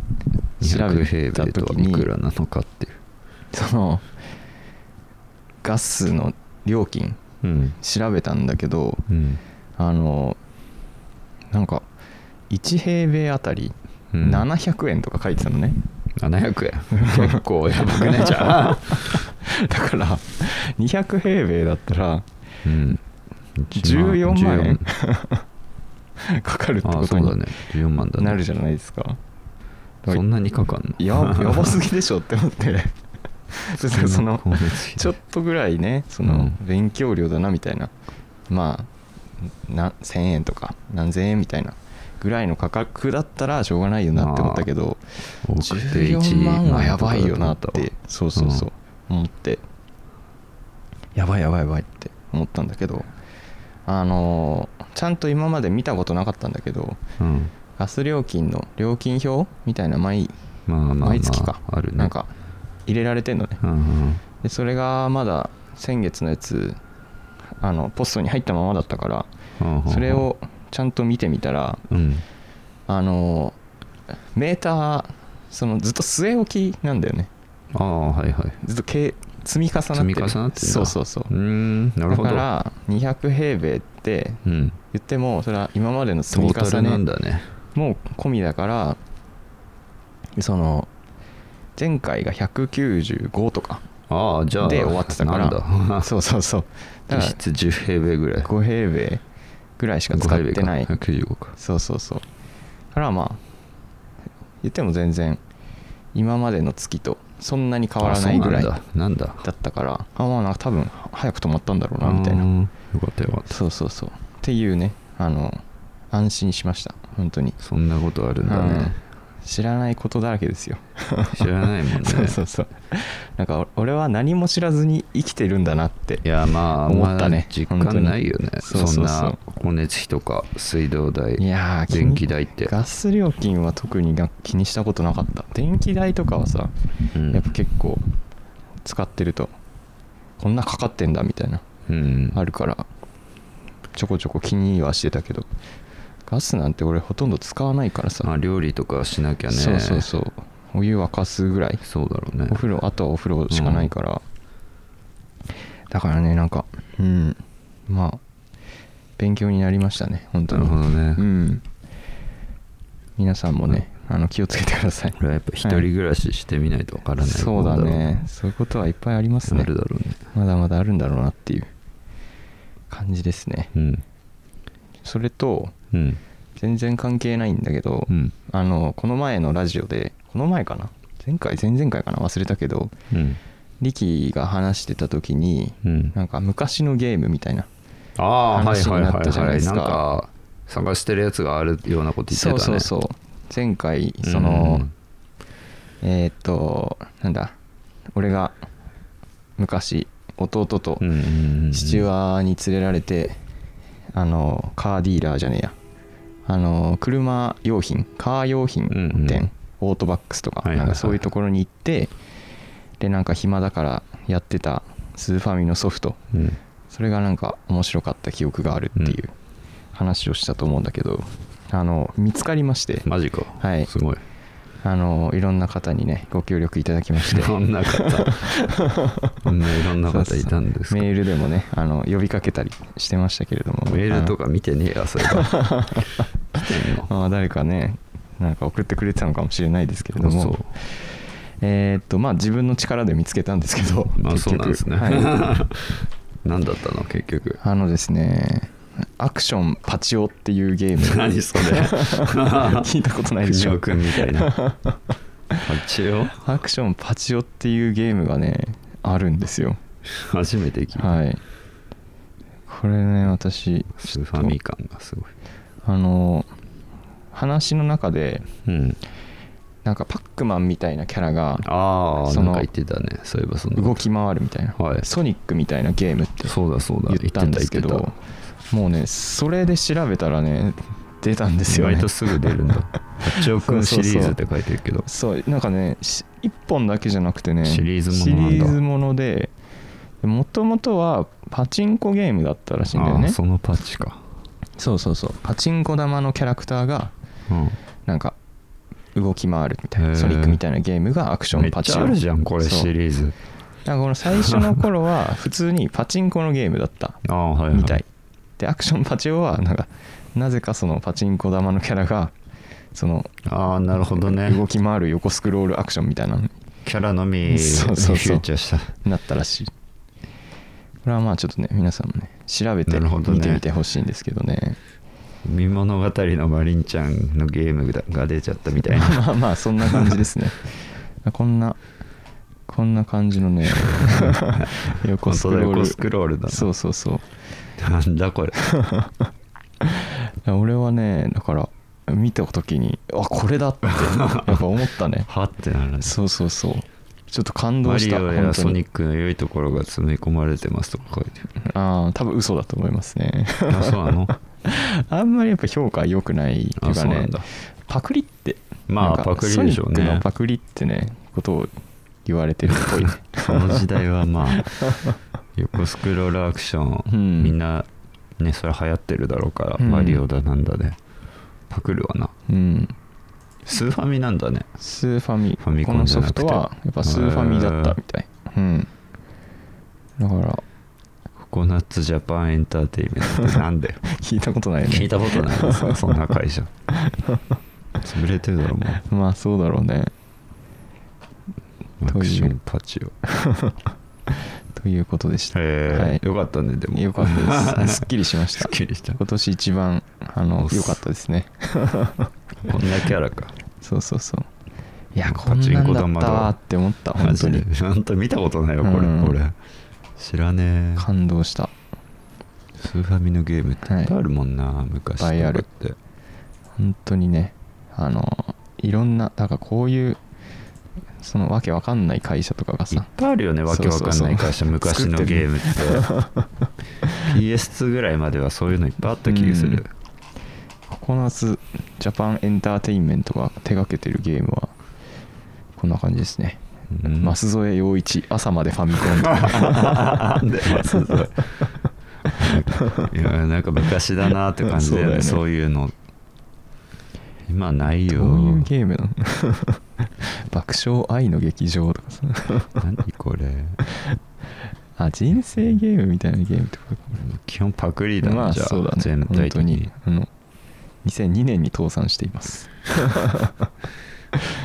Speaker 3: 調
Speaker 4: 200
Speaker 3: べ
Speaker 4: 平
Speaker 3: た
Speaker 4: 米と
Speaker 3: 時
Speaker 4: はい
Speaker 3: に
Speaker 4: くらなのかっていう
Speaker 3: そのガスの料金
Speaker 4: うん
Speaker 3: 調べたんだけど
Speaker 4: うん
Speaker 3: あのなんか1平米あたり
Speaker 4: うん
Speaker 3: 700円とか書いてたの ね、
Speaker 4: 700円結構やばくないじゃん
Speaker 3: だから200平米だったら
Speaker 4: うん
Speaker 3: 14万円 かかるって
Speaker 4: ああ
Speaker 3: こと
Speaker 4: そうだ
Speaker 3: に
Speaker 4: ね14万だね
Speaker 3: なるじゃないですかだから
Speaker 4: そんなにかかんの
Speaker 3: や やばすぎでしょって思って そしたらその
Speaker 4: 光熱費
Speaker 3: ちょっとぐらいねそうの
Speaker 4: ん
Speaker 3: 勉強料だなみたいなまあな1000円とか何千円みたいなぐらいの価格だったらしょうがないよなって思ったけど
Speaker 4: 多くて
Speaker 3: 14万はやばいよな
Speaker 4: 1万
Speaker 3: っ
Speaker 4: とかだ
Speaker 3: て
Speaker 4: と
Speaker 3: そうそうそう思ってやばいやばいやばいって思ったんだけどあのーちゃんと今まで見たことなかったんだけど
Speaker 4: うん
Speaker 3: ガス料金の料金表みたいな毎
Speaker 4: まあまあまあ
Speaker 3: 毎月か
Speaker 4: あるね
Speaker 3: なんか入れられてんのね
Speaker 4: うんうん
Speaker 3: でそれがまだ先月のやつあのポストに入ったままだったから
Speaker 4: うんうん
Speaker 3: それをちゃんと見てみたら
Speaker 4: うん
Speaker 3: あのメーターそのずっと据え置きなんだよね
Speaker 4: ああはいはい
Speaker 3: ずっと計積み重なってる
Speaker 4: 積み重なってるな
Speaker 3: そうそうそう
Speaker 4: うーんなる
Speaker 3: だ
Speaker 4: ほど
Speaker 3: から200平米って
Speaker 4: うん
Speaker 3: 言ってもそれは今までの
Speaker 4: ト
Speaker 3: 積み
Speaker 4: ータル
Speaker 3: 重
Speaker 4: なん
Speaker 3: ね
Speaker 4: だね
Speaker 3: も込みだからその前回が195とか
Speaker 4: ああじゃあ
Speaker 3: で終わってたか
Speaker 4: なん
Speaker 3: ら
Speaker 4: だ
Speaker 3: そうそうそう
Speaker 4: 実
Speaker 3: だから
Speaker 4: 質10平米ぐらい
Speaker 3: 5平米ぐらいしか使ってな
Speaker 4: 5平米
Speaker 3: い
Speaker 4: か195か
Speaker 3: そうそうそうだからまあ言っても全然今までの月とそんなに変わらないぐらい
Speaker 4: あそう
Speaker 3: だ
Speaker 4: なんだなんだ
Speaker 3: ったからあまあなんか多分早く止まったんだろうなみたいな
Speaker 4: うんよかったよかった
Speaker 3: そうそうそうっていうねあの安心しました本当に
Speaker 4: そんなことあるんだね、
Speaker 3: うん知らないことだらけですよ
Speaker 4: 知らないもんね
Speaker 3: そうそうそうなんか俺は何も知らずに生きてるんだなって
Speaker 4: いやまあ
Speaker 3: 思ったね
Speaker 4: まあ実感ないよね
Speaker 3: 本当に
Speaker 4: そ
Speaker 3: そうそ
Speaker 4: ん
Speaker 3: うそう
Speaker 4: な光熱費とか水道代
Speaker 3: いやー
Speaker 4: 電気代って
Speaker 3: ガス料金は特にが気にしたことなかった電気代とかはさ、
Speaker 4: うん
Speaker 3: やっぱ結構使ってるとこんなかかってんだみたいな
Speaker 4: うん
Speaker 3: あるからちょこちょこ気にはしてたけどガスなんて俺ほとんど使わないからさ、
Speaker 4: まあ料理とかしなきゃね
Speaker 3: そうそうそうお湯沸かすぐらい
Speaker 4: そうだろうね
Speaker 3: お風呂あとはお風呂しかないから、だからねなんかうんまあ勉強になりましたね本当
Speaker 4: なる
Speaker 3: に
Speaker 4: ほどね、
Speaker 3: うん皆さんもね、あの気をつけてください
Speaker 4: これはやっぱ一人暮らししてみないとわからない、
Speaker 3: そうだねそういうことはいっぱいあります
Speaker 4: な
Speaker 3: ね
Speaker 4: るだろうね
Speaker 3: まだまだあるんだろうなっていう感じですね
Speaker 4: うん
Speaker 3: それと
Speaker 4: うん
Speaker 3: 全然関係ないんだけど、
Speaker 4: うん
Speaker 3: あのこの前のラジオでこの前かな前回前々回かな忘れたけど
Speaker 4: うん
Speaker 3: リキが話してた時に、
Speaker 4: うん
Speaker 3: なんか昔のゲームみたいな
Speaker 4: ああはい
Speaker 3: 話
Speaker 4: は
Speaker 3: に
Speaker 4: い
Speaker 3: な
Speaker 4: は
Speaker 3: ったじ
Speaker 4: い
Speaker 3: ゃな
Speaker 4: はいい
Speaker 3: です
Speaker 4: な
Speaker 3: か
Speaker 4: んか探してるやつがあるようなこと言ってた
Speaker 3: そ
Speaker 4: ね
Speaker 3: うそうそう前回その、えーっとなんだ俺が昔弟と
Speaker 4: うんうんうんうん
Speaker 3: 父親に連れられてあのカーディーラーじゃねえやあの車用品カー用品
Speaker 4: うんうん
Speaker 3: 店、オートバックスとか
Speaker 4: はいはいは
Speaker 3: ないんかそういうところに行ってでなんか暇だからやってたスーファミのソフト
Speaker 4: うん
Speaker 3: それがなんか面白かった記憶があるっていう話をしたと思うんだけどあの見つかりまして
Speaker 4: マジか
Speaker 3: はい
Speaker 4: すごい
Speaker 3: あのいろんな方にねご協力いただきま し
Speaker 4: い
Speaker 3: て
Speaker 4: ろんな 方こんないろんな方いたんですか
Speaker 3: メールでもねあの呼びかけたりしてましたけれども
Speaker 4: メールと
Speaker 3: か
Speaker 4: か見てねえやそれ が来てんの
Speaker 3: ああ誰かねなんか送ってくれてたのかもしれないですけれど
Speaker 4: そ
Speaker 3: も
Speaker 4: う
Speaker 3: えーっとまあ自分の力で見つけたんですけど
Speaker 4: まあ
Speaker 3: 結
Speaker 4: そう
Speaker 3: 局
Speaker 4: なんですね、
Speaker 3: はい、
Speaker 4: 何だったの結局
Speaker 3: あのですねアクションパチオっていうゲーム
Speaker 4: 何それ
Speaker 3: 聞いたことない でしょ
Speaker 4: くみたい な八よ
Speaker 3: アクションパチオっていうゲームがねあるんですよ
Speaker 4: 初めて聞いた、
Speaker 3: はいこれね私
Speaker 4: スーファミ感がすごい
Speaker 3: あの話の中で
Speaker 4: うん
Speaker 3: なんかパックマンみたいなキャラが
Speaker 4: ああ
Speaker 3: そ
Speaker 4: なん
Speaker 3: の
Speaker 4: か言ってたねそういえばその
Speaker 3: 動き回るみたいな、
Speaker 4: はい
Speaker 3: ソニックみたいなゲームって
Speaker 4: そうだそうだ
Speaker 3: 言ったんですけ
Speaker 4: 言って
Speaker 3: ど
Speaker 4: た
Speaker 3: もうねそれで調べたらね出たんですよ、
Speaker 4: 意
Speaker 3: ね、
Speaker 4: 外とすぐ出 るんだ八億君シリーズって書いてるけど
Speaker 3: そうなんかねし1本だけじゃなくてね
Speaker 4: シリーズものなんだ
Speaker 3: シリーズものでもともとはパチンコゲームだったらしいんだよ
Speaker 4: あ
Speaker 3: ね
Speaker 4: あそのパッチか
Speaker 3: そうそうそうパチンコ玉のキャラクターが
Speaker 4: うん
Speaker 3: なんか動き回るみたい
Speaker 4: へー
Speaker 3: なソニックみたいなゲームがアクショ
Speaker 4: め
Speaker 3: ン
Speaker 4: っ
Speaker 3: パチ
Speaker 4: ち
Speaker 3: ン
Speaker 4: ゃあるじゃんこれ
Speaker 3: そう
Speaker 4: シリーズ
Speaker 3: なんかこの最初の頃は普通にパチンコのゲームだった
Speaker 4: ああはい、はい、
Speaker 3: みたいでアクションパチオはなんかなぜかそのパチンコ玉のキャラがその
Speaker 4: ああなるほどね
Speaker 3: 動き回る横スクロールアクションみたいなのに
Speaker 4: キャラのみにフ
Speaker 3: そうそうそう
Speaker 4: ューチャーした
Speaker 3: なったらしいこれはまあちょっとね皆さんもね調べて
Speaker 4: なるほどね
Speaker 3: 見てみてほしいんですけどね
Speaker 4: 海物語のマリンちゃんのゲームが出ちゃったみたい な
Speaker 3: まあまあそんな感じですね こんなこんな感じの ね 横スク
Speaker 4: 本当だ
Speaker 3: ロール
Speaker 4: 横スクロールだな
Speaker 3: そうそうそう
Speaker 4: なんだこれ
Speaker 3: 俺はねだから見た時にあこれ だってやっぱ思ったね
Speaker 4: はってなるね
Speaker 3: そうそうそうちょっと感動
Speaker 4: マ
Speaker 3: し
Speaker 4: リ
Speaker 3: た
Speaker 4: オや
Speaker 3: 本当
Speaker 4: ソ
Speaker 3: に
Speaker 4: ニックの良いところが詰め込まれてますとか書いて る
Speaker 3: ああ多分嘘だと思いますね
Speaker 4: あそうなの
Speaker 3: あんまりやっぱ評価良くないっていう
Speaker 4: あ
Speaker 3: か
Speaker 4: そうな
Speaker 3: ね
Speaker 4: んだ
Speaker 3: パクリって
Speaker 4: まあ
Speaker 3: なんか
Speaker 4: パクリでしょうね
Speaker 3: ソニックのパクリってねことを言われてるっぽ いね
Speaker 4: この時代 はまあ横スクロールアクション、
Speaker 3: うん
Speaker 4: みんなねそれ流行ってるだろうから、
Speaker 3: うん
Speaker 4: マリオだなんだで、パクるわな
Speaker 3: うん
Speaker 4: スーファミなんだね
Speaker 3: スーファミ
Speaker 4: ファミコ
Speaker 3: こ
Speaker 4: ン
Speaker 3: の
Speaker 4: じゃ
Speaker 3: ソ
Speaker 4: な
Speaker 3: フ
Speaker 4: くて
Speaker 3: トはやっぱスーファミだったみたいうんだから
Speaker 4: ココナッツジャパンエンターテインメントってなんだよ
Speaker 3: 聞いたことないよね
Speaker 4: 聞いたことないです よそんな会 社潰れてるだろも
Speaker 3: まあそうだろうね
Speaker 4: うア
Speaker 3: という
Speaker 4: クションパチオ
Speaker 3: ということでした
Speaker 4: へえ、
Speaker 3: はい
Speaker 4: よかったねでも
Speaker 3: よかっ たですすっきりしまし
Speaker 4: す
Speaker 3: た
Speaker 4: っきりしたこ
Speaker 3: 今年一番あの良かったですね
Speaker 4: んなキャラか
Speaker 3: そうそうそういやこ
Speaker 4: パ
Speaker 3: ん
Speaker 4: チン
Speaker 3: なん
Speaker 4: コ玉だ
Speaker 3: だったわって思った本当に
Speaker 4: マジで本当見たことないよこれ、
Speaker 3: うん
Speaker 4: 俺知らねえ
Speaker 3: 感動した
Speaker 4: スーファミのゲームっていっぱいあるもんな、昔とかっ
Speaker 3: いっぱいある
Speaker 4: て
Speaker 3: 本当にねあのいろんなだからこういうそのわけわかんない会社とかが
Speaker 4: いっ
Speaker 3: さ
Speaker 4: ぱいあるよねわけわかんない会社
Speaker 3: そうそうそ
Speaker 4: 昔
Speaker 3: う
Speaker 4: のゲームって PS2 ぐらいまではそういうのいっぱいあった気がする、
Speaker 3: ココナツジャパンエンターテインメントが手掛けてるゲームはこんな感じですね、
Speaker 4: うん
Speaker 3: 舛添陽一朝までファミコンとか
Speaker 4: なんで舛添いやなんか昔だなって感じだよね
Speaker 3: そう
Speaker 4: そ
Speaker 3: だよね
Speaker 4: ういうの今ないよ
Speaker 3: どういうゲームなの爆笑愛の劇場とかさ
Speaker 4: 何これ
Speaker 3: あ人生ゲームみたいなゲームとか
Speaker 4: 基本パクリだな、
Speaker 3: まあ
Speaker 4: じゃあ
Speaker 3: そうだね
Speaker 4: 全
Speaker 3: 本
Speaker 4: 体的
Speaker 3: 当に
Speaker 4: に
Speaker 3: あの2002年に倒産しています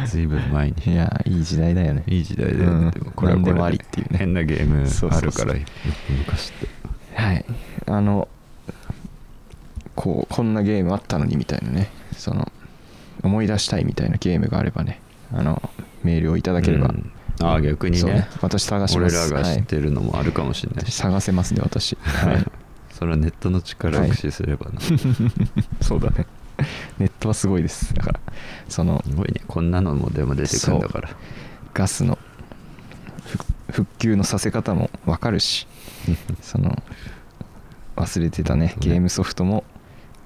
Speaker 4: ずいぶん前に
Speaker 3: いやいい時代だよね
Speaker 4: いい時代だよね、
Speaker 3: うん
Speaker 4: でもこれは
Speaker 3: 何
Speaker 4: こ
Speaker 3: で
Speaker 4: れ
Speaker 3: もありっていうね
Speaker 4: 変なゲーム
Speaker 3: そうそ
Speaker 4: あ
Speaker 3: う
Speaker 4: る
Speaker 3: そ
Speaker 4: か
Speaker 3: う
Speaker 4: ら昔って
Speaker 3: はいあのこうこんなゲームあったのにみたいなねその思い出したいみたいなゲームがあればねあのメールをいただければ、
Speaker 4: うんああ逆に
Speaker 3: そう
Speaker 4: ね
Speaker 3: 私探しま
Speaker 4: 俺
Speaker 3: す
Speaker 4: らが知っ
Speaker 3: は
Speaker 4: てるのもあるかもしれない
Speaker 3: い、
Speaker 4: し、
Speaker 3: 探せますね 私、はい、
Speaker 4: それはネットの力を駆使すればな、す
Speaker 3: そうだねネットはすごいですだからその
Speaker 4: ごいねこんなのもでも出てくるんだから
Speaker 3: ガスのふ復旧のさせ方もわかるしその忘れてたね
Speaker 4: 本当
Speaker 3: ゲ
Speaker 4: ね
Speaker 3: ームソフトも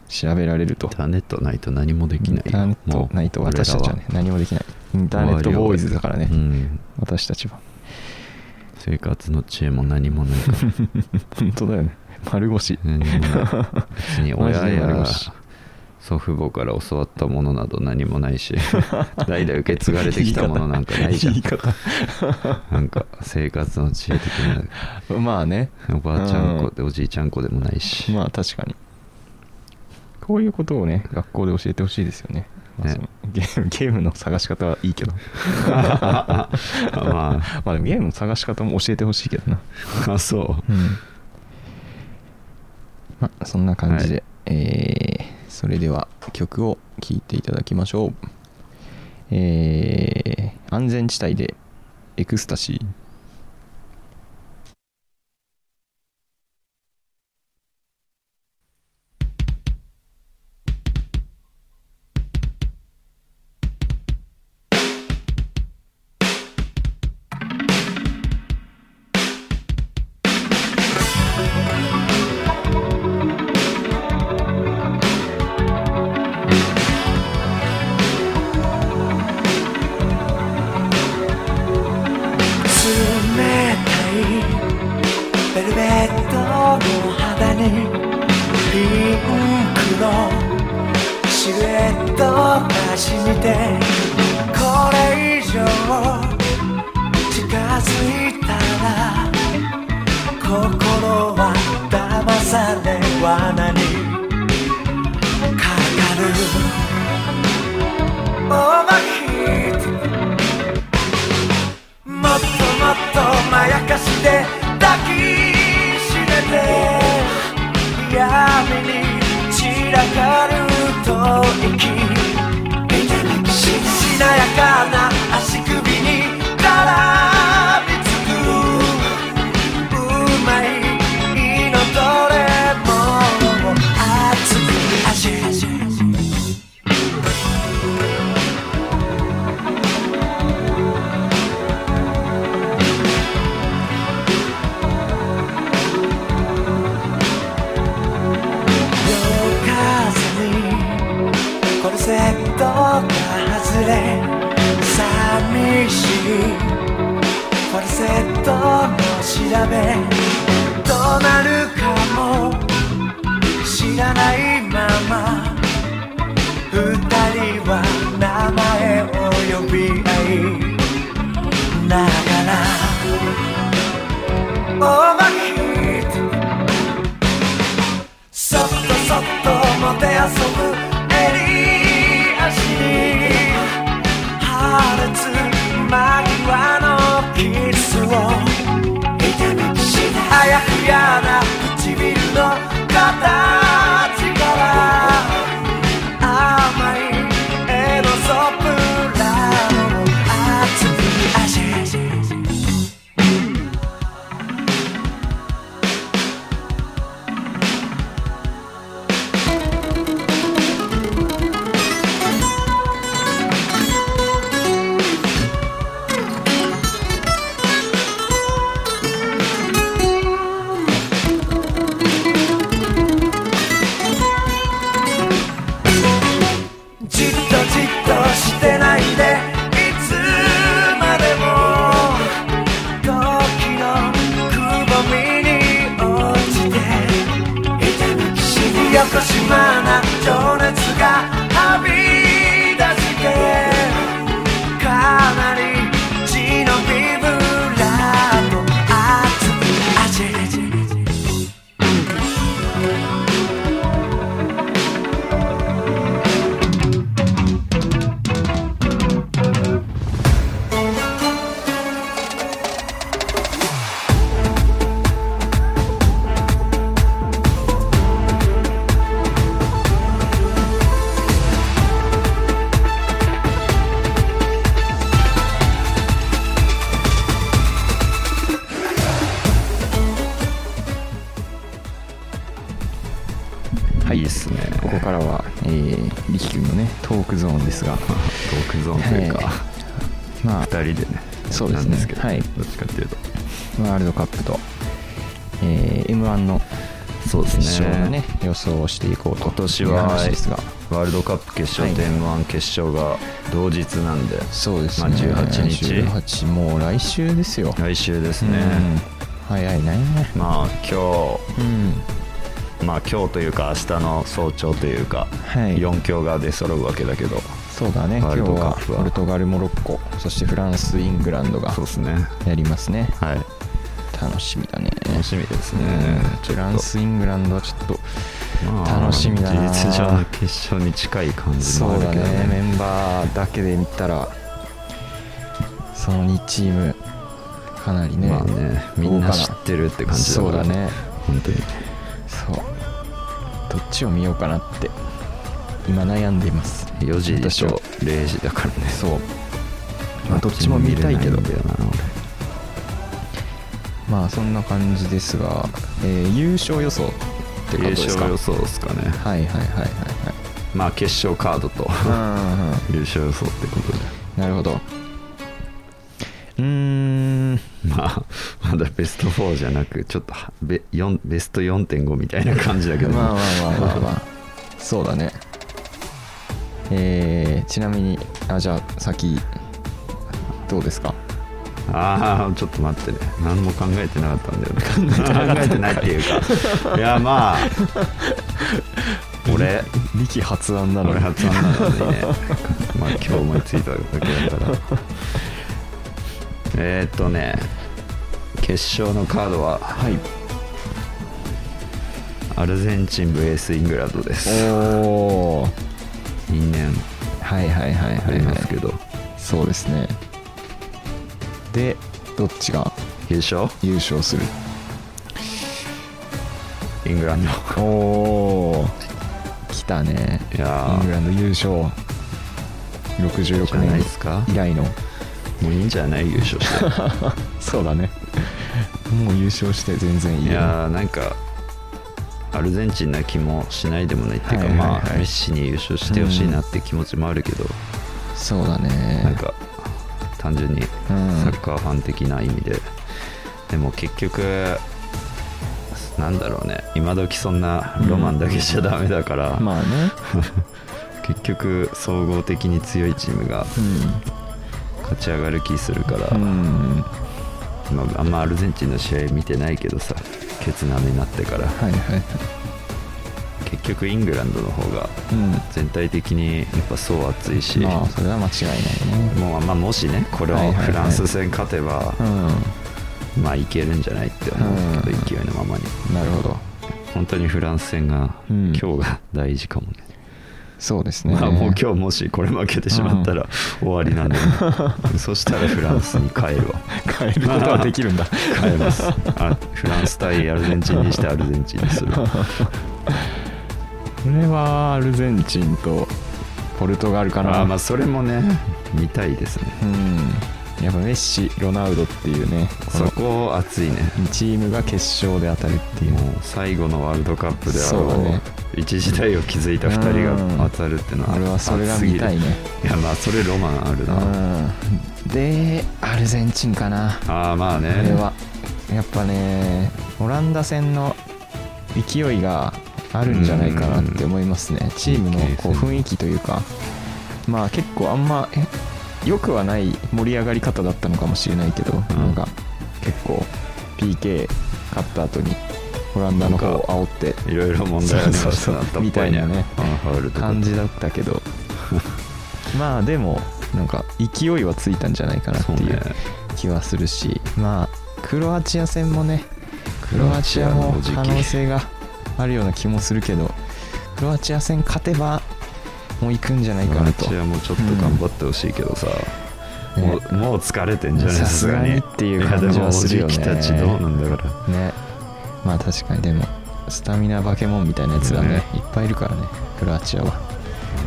Speaker 3: 調べられる
Speaker 4: イ
Speaker 3: と
Speaker 4: ンターネットないと何もできない
Speaker 3: インターネッ
Speaker 4: も
Speaker 3: ト
Speaker 4: う
Speaker 3: ないと私たちはね何もできないインターネットボーイズだからね、
Speaker 4: 終わりようん
Speaker 3: 私たちは
Speaker 4: 生活の知恵も何もないから
Speaker 3: 本当だよね丸腰
Speaker 4: 何もない別に
Speaker 3: マ
Speaker 4: 親
Speaker 3: ジで悪
Speaker 4: や
Speaker 3: 口
Speaker 4: 祖父母から教わったものなど何もない し代々受け継がれてきたものなんかないじゃん
Speaker 3: 言い方
Speaker 4: なんか生活の知恵的
Speaker 3: まあね
Speaker 4: なおばあちゃん
Speaker 3: う
Speaker 4: 子でおじいちゃん子でもないし、
Speaker 3: まあ確かにこういうことをね学校で教えてほしいですよねまあ
Speaker 4: ね
Speaker 3: そのゲーム ゲームの探し方はいいけど
Speaker 4: まあ
Speaker 3: まあでもゲームの探し方も教えてほしいけどな
Speaker 4: あそう
Speaker 3: うんまあそんな感じで、えーそれでは曲を聴いていただきましょうえー安全地帯でエクスタシー
Speaker 6: 冷たいベルベットの肌にピンクのシルエットが染みてこれ以上近づいたら心は騙され罠にかかるオーバーヒートもっともっとまやかして抱きしめて闇に散らかる吐息しなやかな足首に絡みつくうまい胃のどれも熱く味夜風にコルセットが外れ寂しいコルセットの調べどうなるかも知らないまま二人は名前を呼び合いながらおまきそっとそっともてあそぶ襟足に破裂間際のキスをあやふやな唇の形から甘いエロソプラノの熱い足「てないでいつまでも時のくぼみに落ちて痛みきしみよこしまな情熱がはび出してかなり血のビブラート熱い味
Speaker 4: はいいいっすね
Speaker 3: ここからは、えー、力君のねトークゾーンですが
Speaker 4: トークゾーンというか、
Speaker 3: ま
Speaker 4: 二
Speaker 3: あ
Speaker 4: 人でね
Speaker 3: そうで
Speaker 4: な
Speaker 3: すね
Speaker 4: んですけど、
Speaker 3: はい
Speaker 4: どっちかっていうと
Speaker 3: ワールドカップと、え m 1の
Speaker 4: そうです
Speaker 3: 決
Speaker 4: ね
Speaker 3: 勝のね予想をしていこうと
Speaker 4: 今年
Speaker 3: いう
Speaker 4: はワ
Speaker 3: 話ですが
Speaker 4: ールドカップ決
Speaker 3: は
Speaker 4: 勝
Speaker 3: い
Speaker 4: と m 1決勝が同日なんで、
Speaker 3: そうですね、
Speaker 4: まあ、18日
Speaker 3: 18もう来週ですよ、
Speaker 4: 来週です
Speaker 3: うん
Speaker 4: ね、
Speaker 3: 早いね
Speaker 4: まあ今
Speaker 3: うん
Speaker 4: 日まあ今日というか明日の早朝というか、
Speaker 3: はい
Speaker 4: 4強が出揃うわけだけど
Speaker 3: そうだね今
Speaker 4: ワー
Speaker 3: 日
Speaker 4: ルドカ
Speaker 3: は
Speaker 4: ップは
Speaker 3: ポルトガルモロッコそしてフランスイングランドが
Speaker 4: そうですね
Speaker 3: やりますね
Speaker 4: はい
Speaker 3: 楽しみだね
Speaker 4: 楽しみですね
Speaker 3: う
Speaker 4: ちょ
Speaker 3: ん
Speaker 4: っと
Speaker 3: フランスイングランドはちょっと
Speaker 4: まあ
Speaker 3: 楽しみだな
Speaker 4: 事実上の決勝に近い感じも
Speaker 3: そ
Speaker 4: あ
Speaker 3: う
Speaker 4: る
Speaker 3: だ
Speaker 4: けど
Speaker 3: ね
Speaker 4: ね
Speaker 3: メンバーだけで見たらその2チームかなりね,、
Speaker 4: まあねみんな知ってるって感じだ
Speaker 3: そう
Speaker 4: か
Speaker 3: だ
Speaker 4: ら
Speaker 3: ね
Speaker 4: 本当に
Speaker 3: そうどっちを見ようかなって今悩んでいます
Speaker 4: 4時と
Speaker 3: 私は
Speaker 4: 0時だからね
Speaker 3: そう、まあ、どっちも見たいけど
Speaker 4: 見れないんだよな
Speaker 3: まあそんな感じですが、えー優勝予想ってこと
Speaker 4: 俺優
Speaker 3: ですか
Speaker 4: 勝予想ですかね
Speaker 3: はいはいはいはい
Speaker 4: まあ決勝カードと
Speaker 3: はいうんうん
Speaker 4: 優勝予想ってことで
Speaker 3: なるほどうーん
Speaker 4: まあまだベスト4じゃなくちょっとはベ4ベスト4.5みたいな感じだけど
Speaker 3: まあまあまあまあまあそうだねえー、ちなみにあじゃあ先どうですか
Speaker 4: ああちょっと待ってね何も考えてなかったんだよね考えてないっていうかいや まあ俺
Speaker 3: 力発案な
Speaker 4: 俺発案なのにねまあ今日思いついただけだからえーっとね決勝のカードは
Speaker 3: はい
Speaker 4: アルゼンチン VS イングランドです
Speaker 3: おお
Speaker 4: 因縁
Speaker 3: はいはいはい
Speaker 4: あ
Speaker 3: は
Speaker 4: り
Speaker 3: い、は
Speaker 4: ます
Speaker 3: い、
Speaker 4: けど
Speaker 3: そうですねでどっちが
Speaker 4: 優勝
Speaker 3: 優勝する
Speaker 4: イングランド
Speaker 3: おお来たね
Speaker 4: いや
Speaker 3: イング
Speaker 4: ー
Speaker 3: ランド優勝
Speaker 4: じ
Speaker 3: 66
Speaker 4: ゃない
Speaker 3: 年
Speaker 4: ですか
Speaker 3: 以来の
Speaker 4: もういいんじゃない優勝して
Speaker 3: そうだね もう優勝して全然いい
Speaker 4: い
Speaker 3: よ
Speaker 4: やーなんかアルゼンチンな気もしないでもないっていうか、
Speaker 3: はいはいはい
Speaker 4: まあメッシに優勝してほしいなって気持ちもあるけど、
Speaker 3: そうだね
Speaker 4: なんか単純にサ
Speaker 3: ん
Speaker 4: ッカーファン的な意味で、でも結局なんだろうね今時そんなロマンだけじゃダメだから、
Speaker 3: まあね
Speaker 4: 結局総合的に強いチームが勝ち上がる気するから、
Speaker 3: うん、うん、
Speaker 4: ま
Speaker 3: は
Speaker 4: あ、あんまアルゼンチンの試合見てないけどさケツなめになってから
Speaker 3: いはいはい
Speaker 4: 結局イングランドの方が
Speaker 3: うん
Speaker 4: 全体的にやっぱ層厚いし、
Speaker 3: まあそれは間違いないね
Speaker 4: もうまあもしねこれ
Speaker 3: は
Speaker 4: を
Speaker 3: いはいはい
Speaker 4: フランス戦勝てば、
Speaker 3: う
Speaker 4: まあいけるんじゃないって思うけど、
Speaker 3: うん
Speaker 4: 勢いのままに
Speaker 3: んなるほど
Speaker 4: 本当にフランス戦が、
Speaker 3: うん
Speaker 4: 今日が大事かもね
Speaker 3: そうですね
Speaker 4: まあもう今日もしこれ負けてしまったら終わりなんで、 そしたらフランスに帰るわ
Speaker 3: 変えることはできるんだ
Speaker 4: 帰りますあフランス対アルゼンチンにしてアルゼンチンにする
Speaker 3: これはアルゼンチンとポルトガルかな
Speaker 4: あまあそれもね見たいですね
Speaker 3: うんやっぱメッシロナウドっていうねこ
Speaker 4: そ
Speaker 3: の
Speaker 4: こ熱いね
Speaker 3: 2チームが決勝で当たるっていう
Speaker 4: もう最後のワールドカップであ
Speaker 3: そうだ
Speaker 4: の、
Speaker 3: ね
Speaker 4: 一時代を築いた2人が当たるってのは
Speaker 3: あれはそれが
Speaker 4: 熱すぎ
Speaker 3: 見
Speaker 4: る
Speaker 3: たいね
Speaker 4: いやまあそれロマンあるな、あ
Speaker 3: うんでアルゼンチンかな
Speaker 4: あーまあね
Speaker 3: これはやっぱねオランダ戦の勢いがあるんじゃないかなって思いますねチームのこう雰囲気というかまあ結構あんまえ良くはない盛り上がり方だったのかもしれないけど、
Speaker 4: ん
Speaker 3: なんか結構 PK 勝った後にオランダの方を煽って
Speaker 4: いろいろ問題にな
Speaker 3: そ
Speaker 4: った
Speaker 3: うそう
Speaker 4: っぽ
Speaker 3: みたいなね
Speaker 4: アンファウルとか
Speaker 3: 感じだった けどまあでもなんか勢いはついたんじゃないかなっ
Speaker 4: そ
Speaker 3: て
Speaker 4: う
Speaker 3: い
Speaker 4: ね
Speaker 3: う気はするし、まあクロアチア戦もねクロアチア
Speaker 4: ク
Speaker 3: も
Speaker 4: ロアチア
Speaker 3: 可
Speaker 4: の時期
Speaker 3: 能性があるような気もするけどクロアチア戦勝てばもう行くんじゃない
Speaker 4: ク
Speaker 3: か
Speaker 4: ロ
Speaker 3: な
Speaker 4: ア
Speaker 3: と
Speaker 4: チアもちょっと頑張ってほしいけどさ、
Speaker 3: ね
Speaker 4: もうもう疲れてんじゃない
Speaker 3: さすがに
Speaker 4: さ
Speaker 3: っていう感じはするよね
Speaker 4: いやでもおじきたちどうなんだから
Speaker 3: ねまあ確かにでもスタミナバケモンみたいなやつがね
Speaker 4: ね
Speaker 3: いっぱいいるからねクロアチアは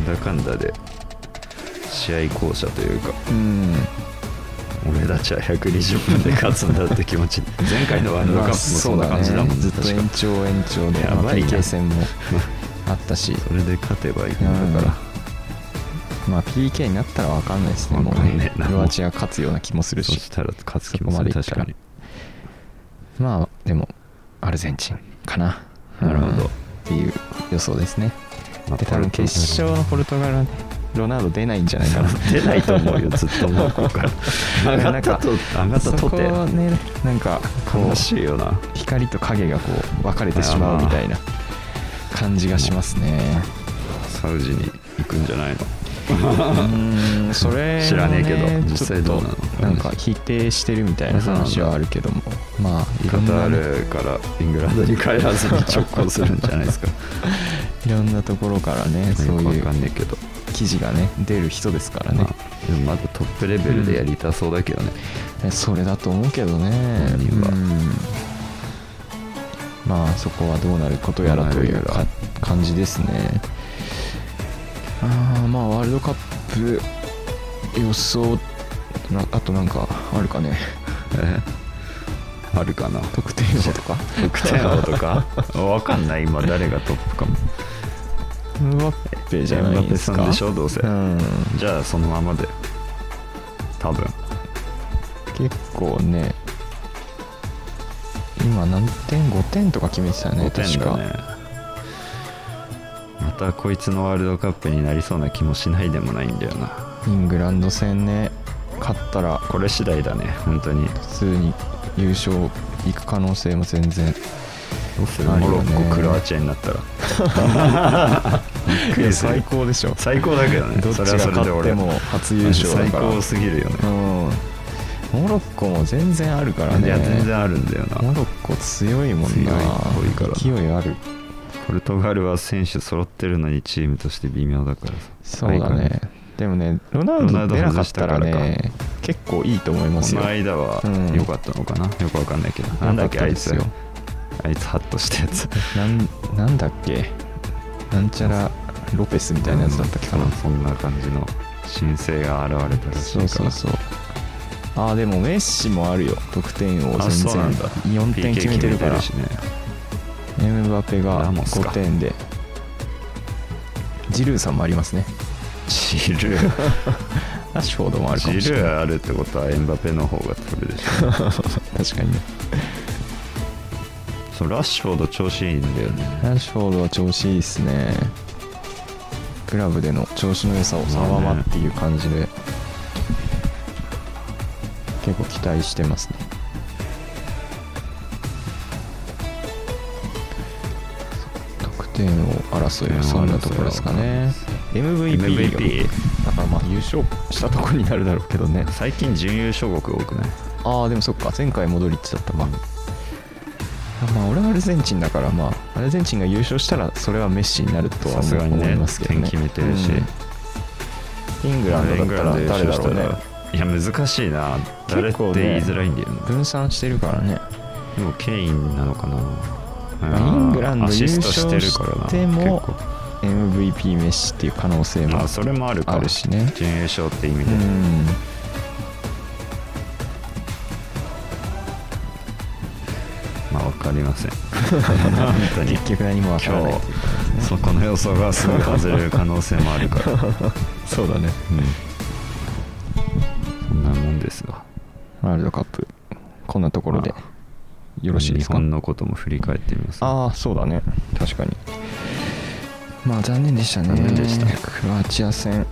Speaker 4: なんだかんだで試合巧者というか
Speaker 3: うん
Speaker 4: 俺たちは120分で勝つんだって気 持ち前回のワールドカップもそんな感じだもん
Speaker 3: ず
Speaker 4: ね
Speaker 3: っと
Speaker 4: 確
Speaker 3: 延
Speaker 4: か
Speaker 3: 長延長で、
Speaker 4: や
Speaker 3: まあ、
Speaker 4: ばいな
Speaker 3: PK 戦もあったし、
Speaker 4: それで勝てばいい
Speaker 3: うん
Speaker 4: んだから
Speaker 3: まあ、PK になったら分かんないですね、も
Speaker 4: わか
Speaker 3: うん
Speaker 4: ね
Speaker 3: ね
Speaker 4: えな
Speaker 3: クロアチア勝つような気もする
Speaker 4: そ
Speaker 3: し
Speaker 4: し、たら勝つ気
Speaker 3: そこ
Speaker 4: も
Speaker 3: ますで
Speaker 4: る
Speaker 3: いった
Speaker 4: 確
Speaker 3: ら
Speaker 4: かに
Speaker 3: まあ、でも、アルゼンチンかな。
Speaker 4: なるほど
Speaker 3: うんっていう予想ですね。
Speaker 4: まあ
Speaker 3: で、多
Speaker 4: ポルト
Speaker 3: 分
Speaker 4: ガル
Speaker 3: 決勝のポルトガルはね、ロナウド出ないんじゃないかな。
Speaker 4: 出ないと思うよずっともうここから上がったと
Speaker 3: なん
Speaker 4: 上がったとて
Speaker 3: そこをね、なんか、こ
Speaker 4: 悲
Speaker 3: う、
Speaker 4: しいよな
Speaker 3: 光と影がこう分かれてしまうみたいな感じがしますね。
Speaker 4: サウジに行くんじゃないの
Speaker 3: うんそれ、
Speaker 4: 知らねえけど実
Speaker 3: ちょ
Speaker 4: 際
Speaker 3: っ
Speaker 4: ど
Speaker 3: と
Speaker 4: うなの
Speaker 3: なんか否定してるみたいな話はあるけどもまあい
Speaker 4: カ
Speaker 3: ろん
Speaker 4: タ
Speaker 3: なね、
Speaker 4: ールからイングランドに帰らずに直行するんじゃないですか
Speaker 3: いろんなところからね そう
Speaker 4: よく
Speaker 3: い
Speaker 4: わ
Speaker 3: う
Speaker 4: かんねえけど、
Speaker 3: 記事がね出る人ですからね
Speaker 4: まあ、でもまだトップレベルでやりたそうだけどね、
Speaker 3: それだと思うけどね
Speaker 4: 本人は
Speaker 3: うんまあそこはどうなることやらという
Speaker 4: ど
Speaker 3: か
Speaker 4: うなる
Speaker 3: 感じですねあーまあワールドカップ予想なあとなんかあるかね
Speaker 4: えあるかな
Speaker 3: 得点王とか
Speaker 4: 得点王と かわかんない今誰がトップかも
Speaker 3: エムバッペじゃないです
Speaker 4: エムバペさん
Speaker 3: か
Speaker 4: でしょどうせ、
Speaker 3: うん
Speaker 4: じゃあそのままで多分
Speaker 3: 結構ね今何点5点とか決めてたよね
Speaker 4: 5点
Speaker 3: 確
Speaker 4: だ
Speaker 3: か、
Speaker 4: ねまたこいつのワールドカップになりそうな気もしないでもないんだよな
Speaker 3: イングランド戦ね勝ったら
Speaker 4: これ次第だね本当に
Speaker 3: 普通に優勝いく可能性も全然
Speaker 4: どうする
Speaker 3: ある
Speaker 4: モ
Speaker 3: よ
Speaker 4: ロ
Speaker 3: ね
Speaker 4: ッコクロアチアになったらびっくりする
Speaker 3: 最高でしょ
Speaker 4: 最高だけどね
Speaker 3: どっち
Speaker 4: そ
Speaker 3: が
Speaker 4: れはそれで
Speaker 3: 勝っ
Speaker 4: 俺
Speaker 3: ても初優勝だ
Speaker 4: 最
Speaker 3: から
Speaker 4: 高すぎるよね
Speaker 3: うんモロッコも全然あるからね
Speaker 4: いや全然あるんだよな
Speaker 3: モロッコ強いもんな
Speaker 4: 強いっぽいから
Speaker 3: 勢いある
Speaker 4: ポルトガルは選手揃ってるのにチームとして微妙だからさ
Speaker 3: そうだねでもねロナウ
Speaker 4: ロナウド
Speaker 3: ド出なかったら
Speaker 4: 外し
Speaker 3: ね結構いいと思いま
Speaker 4: こ
Speaker 3: すよ
Speaker 4: の間は
Speaker 3: うん
Speaker 4: 良かったのかな、よくわかんないけどなんだっけあいつ
Speaker 3: 良かっ
Speaker 4: あいつハッとしたやつ
Speaker 3: なんなんだっけなんちゃらロペスみたいなやつだったっけかな、
Speaker 4: うんそんな感じの新星が現れたらしい
Speaker 3: そ
Speaker 4: から
Speaker 3: うそうそうああでもメッシもあるよ得点王
Speaker 4: あ
Speaker 3: 全
Speaker 4: そうな
Speaker 3: 然
Speaker 4: んだ
Speaker 3: 4点決めてるか
Speaker 4: PK
Speaker 3: ら
Speaker 4: 決めてるしね
Speaker 3: エムバペが
Speaker 4: ラモスか
Speaker 3: 5点でジルーさんもありますね
Speaker 4: ジ ル
Speaker 3: ラッシュフォードもあるかも
Speaker 4: ー
Speaker 3: し
Speaker 4: ジ
Speaker 3: れ
Speaker 4: ル
Speaker 3: ない
Speaker 4: ーあるってことはエンバペの方が取るでしょ
Speaker 3: 確かにね
Speaker 4: そうラッシュフォード調子いいんだよね
Speaker 3: ラッシュフォードは調子いいですねクラブでの調子の良さをそのままっていう感じで結構期待してますね得点を争いはそんなところですかね MVP
Speaker 4: MVP
Speaker 3: だからまあ優勝したとこになるだろうけどね
Speaker 4: 最近準優勝国多くない
Speaker 3: ああでもそっか前回モドリッチだったか、まあ俺はアルゼンチンだからまあアルゼンチンが優勝したらそれはメッシになるとは
Speaker 4: さすがに
Speaker 3: 思
Speaker 4: ね
Speaker 3: いますけどね
Speaker 4: 点決めてるし、
Speaker 3: うんイングランドだったら誰だろうね
Speaker 4: いや難しいな誰って
Speaker 3: 結構ね
Speaker 4: 言いづらいんだよね
Speaker 3: 分散してるからね
Speaker 4: でもケインなのかな
Speaker 3: まあイングランド
Speaker 4: ア
Speaker 3: 優
Speaker 4: シスト
Speaker 3: 勝
Speaker 4: してるからな
Speaker 3: しても
Speaker 4: 結
Speaker 3: MVP メッシっていう可能性
Speaker 4: 構
Speaker 3: も
Speaker 4: まあそれもあるか
Speaker 3: あるしね
Speaker 4: 準優勝って意味
Speaker 3: う
Speaker 4: で、
Speaker 3: ん
Speaker 4: まあ分かりま せん本当に
Speaker 3: 結局何もわから
Speaker 4: 今
Speaker 3: ない
Speaker 4: 日そこの予想がすごい外れる可能性もある から、うん、
Speaker 3: そうだね
Speaker 4: そんなもんですが
Speaker 3: ワールドカップこんなところで
Speaker 4: まあ
Speaker 3: よろしいですか
Speaker 4: 日本のことも振り返ってみます
Speaker 3: ああそうだね確かにまあ残念でしたね
Speaker 4: 残念でした
Speaker 3: クロアチア戦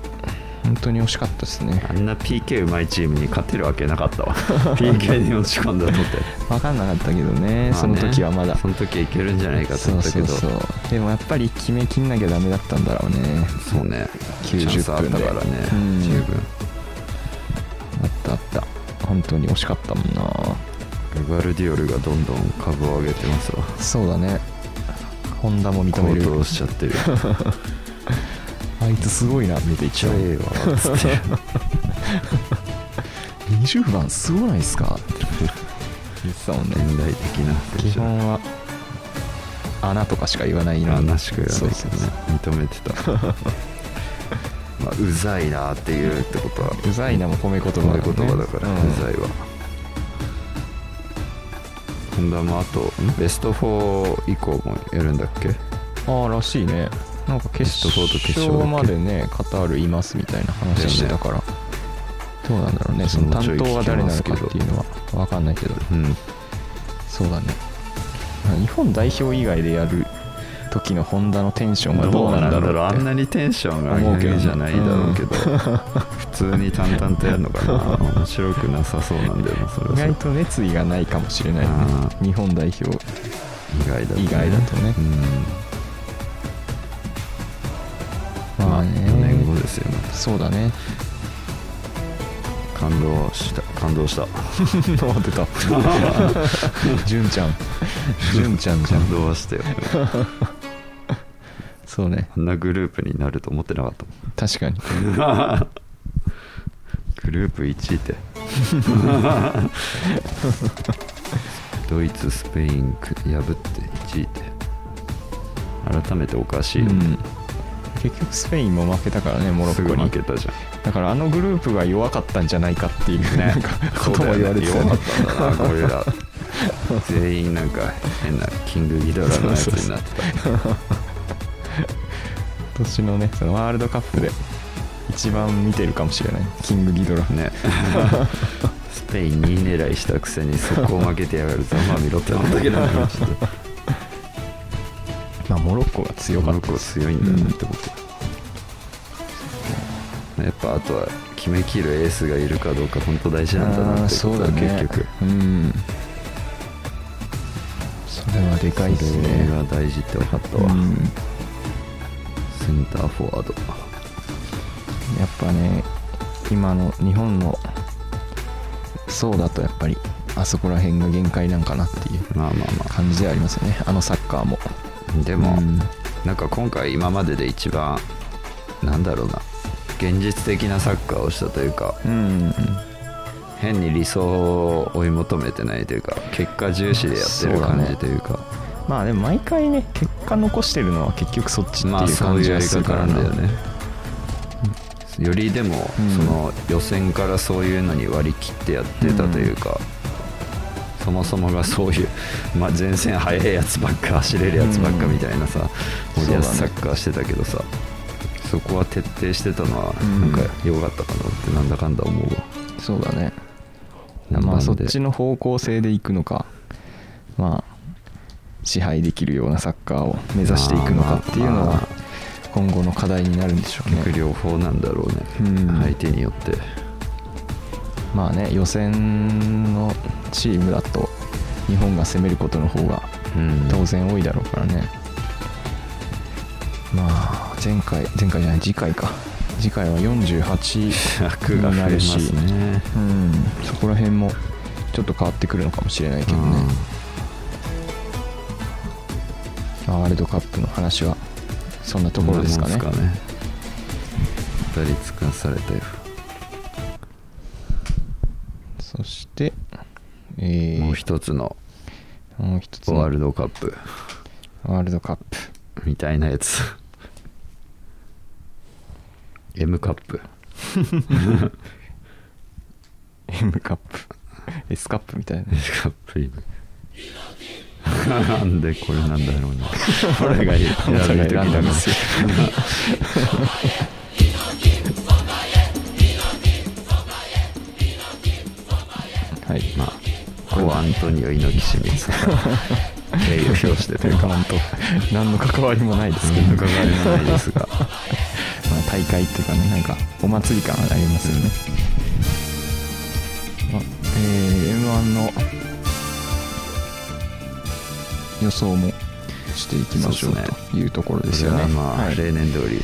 Speaker 3: 本当に惜しかったですね
Speaker 4: あんな PK うまいチームに勝てるわけなかった わ PK に落ち込んだと思って
Speaker 3: 分かんなかったけどね
Speaker 4: まあね
Speaker 3: その時はまだ
Speaker 4: その時はいけるんじゃないかと
Speaker 3: そ
Speaker 4: 思
Speaker 3: う
Speaker 4: ったけ
Speaker 3: そう
Speaker 4: ど
Speaker 3: そうでもやっぱり決めきんなきゃダメだったんだろうね
Speaker 4: そうね
Speaker 3: 90
Speaker 4: チャンスあったからね
Speaker 3: 分で
Speaker 4: 十分
Speaker 3: あったあった本当に惜しかったもんな
Speaker 4: グバルディオルがどんどん株を上げてますわ
Speaker 3: そうだねホンダも認め
Speaker 4: 高
Speaker 3: る
Speaker 4: 騰しちゃって る
Speaker 3: あいつすごいな見て一応
Speaker 4: 強えわつって
Speaker 3: 20番すごないっす かって言ってたもんね
Speaker 4: 年代的な
Speaker 3: 基本は穴とかしか言わないよう
Speaker 4: 話しか言わ
Speaker 3: そ
Speaker 4: な
Speaker 3: う
Speaker 4: い
Speaker 3: そ
Speaker 4: け
Speaker 3: う
Speaker 4: ど
Speaker 3: そ
Speaker 4: ね
Speaker 3: う
Speaker 4: 認めてた まあうざいなっていうってことは
Speaker 3: うざいなも褒め言葉
Speaker 4: 言
Speaker 3: だ
Speaker 4: 葉言
Speaker 3: よね
Speaker 4: 葉だから、
Speaker 3: う
Speaker 4: うんざいはホンダもあとんベスト4以降もやるんだっけ
Speaker 3: ああらしいねなんか決
Speaker 4: ベストフォーと決勝
Speaker 3: 勝
Speaker 4: だっけ
Speaker 3: までねカタールいますみたいな話してたから、どうなんだろうねその担当が誰なのかっていうのは分かんないけど
Speaker 4: うん
Speaker 3: そうだね日本代表以外でやる時のホンダのテンションは
Speaker 4: ど
Speaker 3: ど
Speaker 4: う
Speaker 3: う
Speaker 4: な
Speaker 3: なんん
Speaker 4: だ
Speaker 3: だ
Speaker 4: ろう
Speaker 3: ろう
Speaker 4: あ
Speaker 3: って
Speaker 4: んなにテンションが上げ上げじゃないだろうけど、 普通に淡々とやるのか な面白くなさそうなんだよなそれはそ
Speaker 3: 意
Speaker 4: れ
Speaker 3: 外と熱意がないかもしれない、ね
Speaker 4: あ、
Speaker 3: 日本代表
Speaker 4: 意外だとね
Speaker 3: 以外だとね
Speaker 4: うんまあ4年後ですよね
Speaker 3: そうだね
Speaker 4: 感動した感動した
Speaker 3: あ出 た純ちゃん純ちゃんじゃん
Speaker 4: 感動はしたよ
Speaker 3: そうね
Speaker 4: あんなグループになると思ってなかったもん
Speaker 3: 確かに
Speaker 4: グループ1位で ドイツスペインく破って1位で改めておかしいよね、
Speaker 3: 結局スペインも負けたからねモロ
Speaker 4: す
Speaker 3: ッ
Speaker 4: ぐ
Speaker 3: コ
Speaker 4: 負
Speaker 3: に
Speaker 4: けたじゃん
Speaker 3: だからあのグループが弱かったんじゃないかっていう、なんかことも言われてたよ
Speaker 4: そうだよ
Speaker 3: ね
Speaker 4: ね弱かったんだなこれら全員なんか変なキングギドラのやつになってた
Speaker 3: 今年のねそのワールドカップで一番見てるかもしれないキングギドラ
Speaker 4: ねスペイン2位狙いしたくせに速攻負けてやがるざまあ見ろって思ったけ どねちょっと
Speaker 3: まあモロッコが強
Speaker 4: モ
Speaker 3: か
Speaker 4: ロ
Speaker 3: った
Speaker 4: ッコ強いんだなってこと、やっぱあとは決めきるエースがいるかどうか本当大事なんだなってことは結局
Speaker 3: うんそれはでかいです
Speaker 4: それ
Speaker 3: ね
Speaker 4: が大事って分かった
Speaker 3: う
Speaker 4: わ、
Speaker 3: ん
Speaker 4: センターフォワード
Speaker 3: やっぱね今の日本のそうだとやっぱりあそこら辺が限界なんかなっていう
Speaker 4: まあまあまあ
Speaker 3: 感じではありますよねあのサッカーも
Speaker 4: でも、
Speaker 3: うん
Speaker 4: なんか今回今までで一番なんだろうな現実的なサッカーをしたというか
Speaker 3: うん
Speaker 4: 変に理想を追い求めてないというか結果重視でやってる感じというか
Speaker 3: まあでも毎回ね結果残してるのは結局そっちって
Speaker 4: まあ
Speaker 3: いう
Speaker 4: そう
Speaker 3: 感
Speaker 4: いう
Speaker 3: じ
Speaker 4: や
Speaker 3: が
Speaker 4: り
Speaker 3: する
Speaker 4: 方
Speaker 3: か
Speaker 4: な
Speaker 3: ら
Speaker 4: んだ
Speaker 3: な
Speaker 4: よねよりでも
Speaker 3: うん
Speaker 4: その予選からそういうのに割り切ってやってたというか、そもそもがそういう、まあ、前線速いやつばっか走れるやつばっかみたいなさ、
Speaker 3: うん
Speaker 4: 森保
Speaker 3: そう
Speaker 4: サ
Speaker 3: だね
Speaker 4: ッカーしてたけどさそこは徹底してたのは
Speaker 3: うん
Speaker 4: なんか良かったかなってなんだかんだ思うわ、
Speaker 3: そうだね
Speaker 4: なん
Speaker 3: まあ
Speaker 4: で
Speaker 3: そっちの方向性でいくのかまあ支配できるようなサッカーを目指していくのかっていうの
Speaker 4: まあまあ
Speaker 3: は今後の課題になるんでしょうね
Speaker 4: 両方なんだろうね、
Speaker 3: うん
Speaker 4: 相手によって
Speaker 3: まあね予選のチームだと日本が攻めることの方が
Speaker 4: うん
Speaker 3: 当然多いだろうからね、まあ前回前回じゃない次回か次回は48
Speaker 4: 尺が増
Speaker 3: にな
Speaker 4: えま
Speaker 3: るし、
Speaker 4: すね
Speaker 3: うん、そこら辺もちょっと変わってくるのかもしれないけどね、まあワールドカップの話はそんなところですかね
Speaker 4: こんなもんですかね二人つかされたよ、
Speaker 3: そしてえー、
Speaker 4: もう一つの
Speaker 3: もう一つの
Speaker 4: ワールドカップ
Speaker 3: ワールドカップ
Speaker 4: みたいなやつ M カップ
Speaker 3: M カップ S カップみたいな
Speaker 4: M カップ M なんでこれなんだろ うねこれが選
Speaker 3: お互い選んだん
Speaker 4: ん
Speaker 3: で
Speaker 4: ですす
Speaker 3: よ
Speaker 4: よ
Speaker 3: はい
Speaker 4: まあこうアントニオ猪木清水 さんが敬意を表してというか
Speaker 3: 本当何の関わりもないですけど、
Speaker 4: 伺いもないですが
Speaker 3: まあ大会っていうかねなんかお祭り感ありますよね、あえー、m 1の予想もしていきましょ
Speaker 4: そ
Speaker 3: う
Speaker 4: うですね
Speaker 3: というところ
Speaker 4: こ
Speaker 3: です
Speaker 4: れ
Speaker 3: よね
Speaker 4: はまあ、
Speaker 3: はい
Speaker 4: 例年通り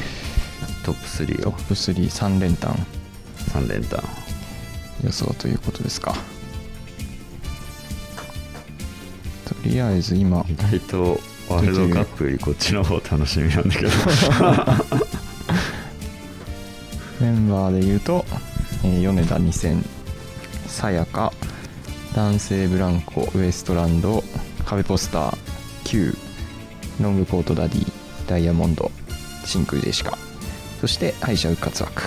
Speaker 4: トップ3
Speaker 3: ト
Speaker 4: を
Speaker 3: ップ33連単
Speaker 4: 3連単
Speaker 3: 予想ということですかとりあえず今
Speaker 4: 意外とワールドカップよりこっちの方楽しみなんだけ ど
Speaker 3: メンバーで言うと、えー米田2000さやか男性ブランコウエストランド壁ポスター Q ロングコートダディダイヤモンド真空ジェシカそして敗者復活枠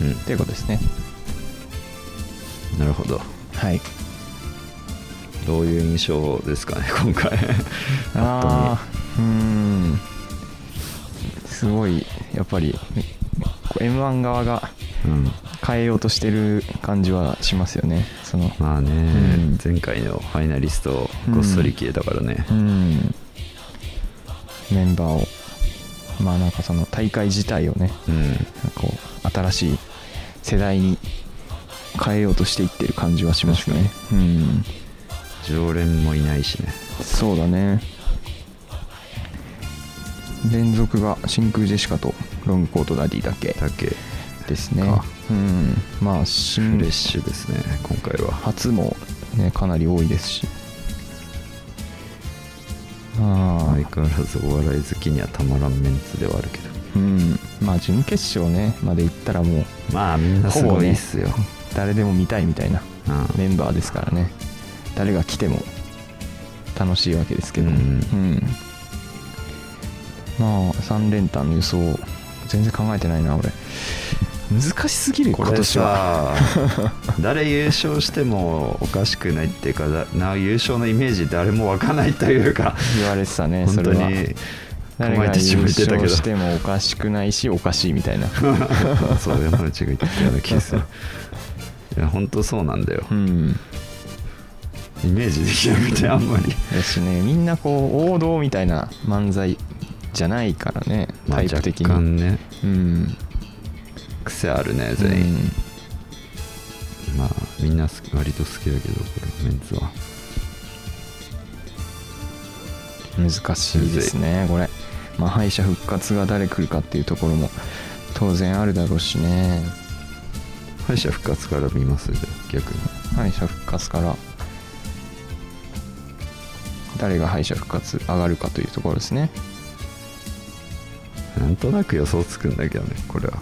Speaker 4: うん
Speaker 3: ということですね
Speaker 4: なるほど
Speaker 3: はい
Speaker 4: どういう印象ですかね今 回
Speaker 3: あーうーんすごいやっぱり m 1側が
Speaker 4: うん
Speaker 3: 変えようとしてる感じはしますよねその
Speaker 4: まあね、
Speaker 3: うん
Speaker 4: 前回のファイナリストをごっそり消えたからね、
Speaker 3: うん、メンバーをまあなんかその大会自体をね
Speaker 4: うん
Speaker 3: なんかこう新しい世代に変えようとしていってる感じはしますね、うん、
Speaker 4: 常連もいないしね
Speaker 3: そうだね連続が真空ジェシカとロングコートダディだけ
Speaker 4: だけ
Speaker 3: ですね
Speaker 4: か
Speaker 3: うんまあ
Speaker 4: フ
Speaker 3: 新
Speaker 4: レッシュですね、今回は
Speaker 3: 初も、ね、かなり多いですしああ
Speaker 4: 相変わらずお笑い好きにはたまらんメンツではあるけど
Speaker 3: うん、まあ準決勝ねまで行ったらもう
Speaker 4: まあみんなす
Speaker 3: ほぼ
Speaker 4: ごい
Speaker 3: ね
Speaker 4: っすよ、
Speaker 3: 誰でも見たいみたいな
Speaker 4: うん
Speaker 3: メンバーですからね誰が来ても楽しいわけですけど、
Speaker 4: うん
Speaker 3: うんまあ3連単の予想全然考えてないな俺難しすぎるよ
Speaker 4: こ
Speaker 3: 今
Speaker 4: れ
Speaker 3: 年は
Speaker 4: さ誰優勝してもおかしくないっていうかだな優勝のイメージ誰も湧かないというか
Speaker 3: 言われてたね
Speaker 4: 本
Speaker 3: そ
Speaker 4: 当
Speaker 3: れは
Speaker 4: に
Speaker 3: 誰
Speaker 4: 構え
Speaker 3: が
Speaker 4: てし
Speaker 3: 優
Speaker 4: ま
Speaker 3: 勝
Speaker 4: ってたけど
Speaker 3: してもおかしくないしおかしいみたいな
Speaker 4: そう山内が言ってたような気が するいや本当そうなんだよ
Speaker 3: うん
Speaker 4: イメージできなくてあんまり
Speaker 3: だしねみんなこう王道みたいな漫才じゃないからね
Speaker 4: まあ
Speaker 3: タイ
Speaker 4: 若
Speaker 3: プ的に、
Speaker 4: 干ね
Speaker 3: うん
Speaker 4: 癖あるね全員、まあみんな好き割と好きだけどこれメンツは
Speaker 3: うん難しいですねこれ、まあ、敗者復活が誰来るかっていうところも当然あるだろうしね
Speaker 4: 敗者復活から見ますじゃあ逆に
Speaker 3: 敗者復活から誰が敗者復活上がるかというところですね
Speaker 4: なんとなく予想つくんだけどねこれは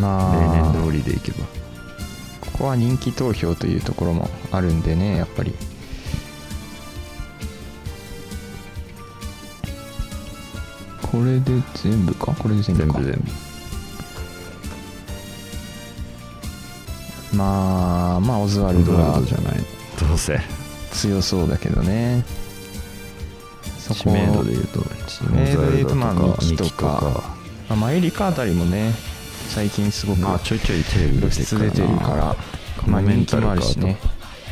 Speaker 3: ま
Speaker 4: 例
Speaker 3: あ
Speaker 4: 年通りでいけば
Speaker 3: ここは人気投票というところもあるんでねやっぱりこれで全部かこれで全
Speaker 4: 全
Speaker 3: 部か
Speaker 4: 部全部
Speaker 3: まあまあオズワルド
Speaker 4: ワ
Speaker 3: は
Speaker 4: ルドじゃないどうせ
Speaker 3: 強そうだけどねそ
Speaker 4: 知
Speaker 3: こ
Speaker 4: 名度でいうと
Speaker 3: 知名度で言うとまあミキとかあまあエリカあたりもね最近すごく
Speaker 4: まあちょいちょいテレビ
Speaker 3: 露出出てるから
Speaker 4: カ
Speaker 3: ま
Speaker 4: モ
Speaker 3: あ
Speaker 4: メ
Speaker 3: 人
Speaker 4: ン
Speaker 3: 気
Speaker 4: タル
Speaker 3: も
Speaker 4: か
Speaker 3: あるしね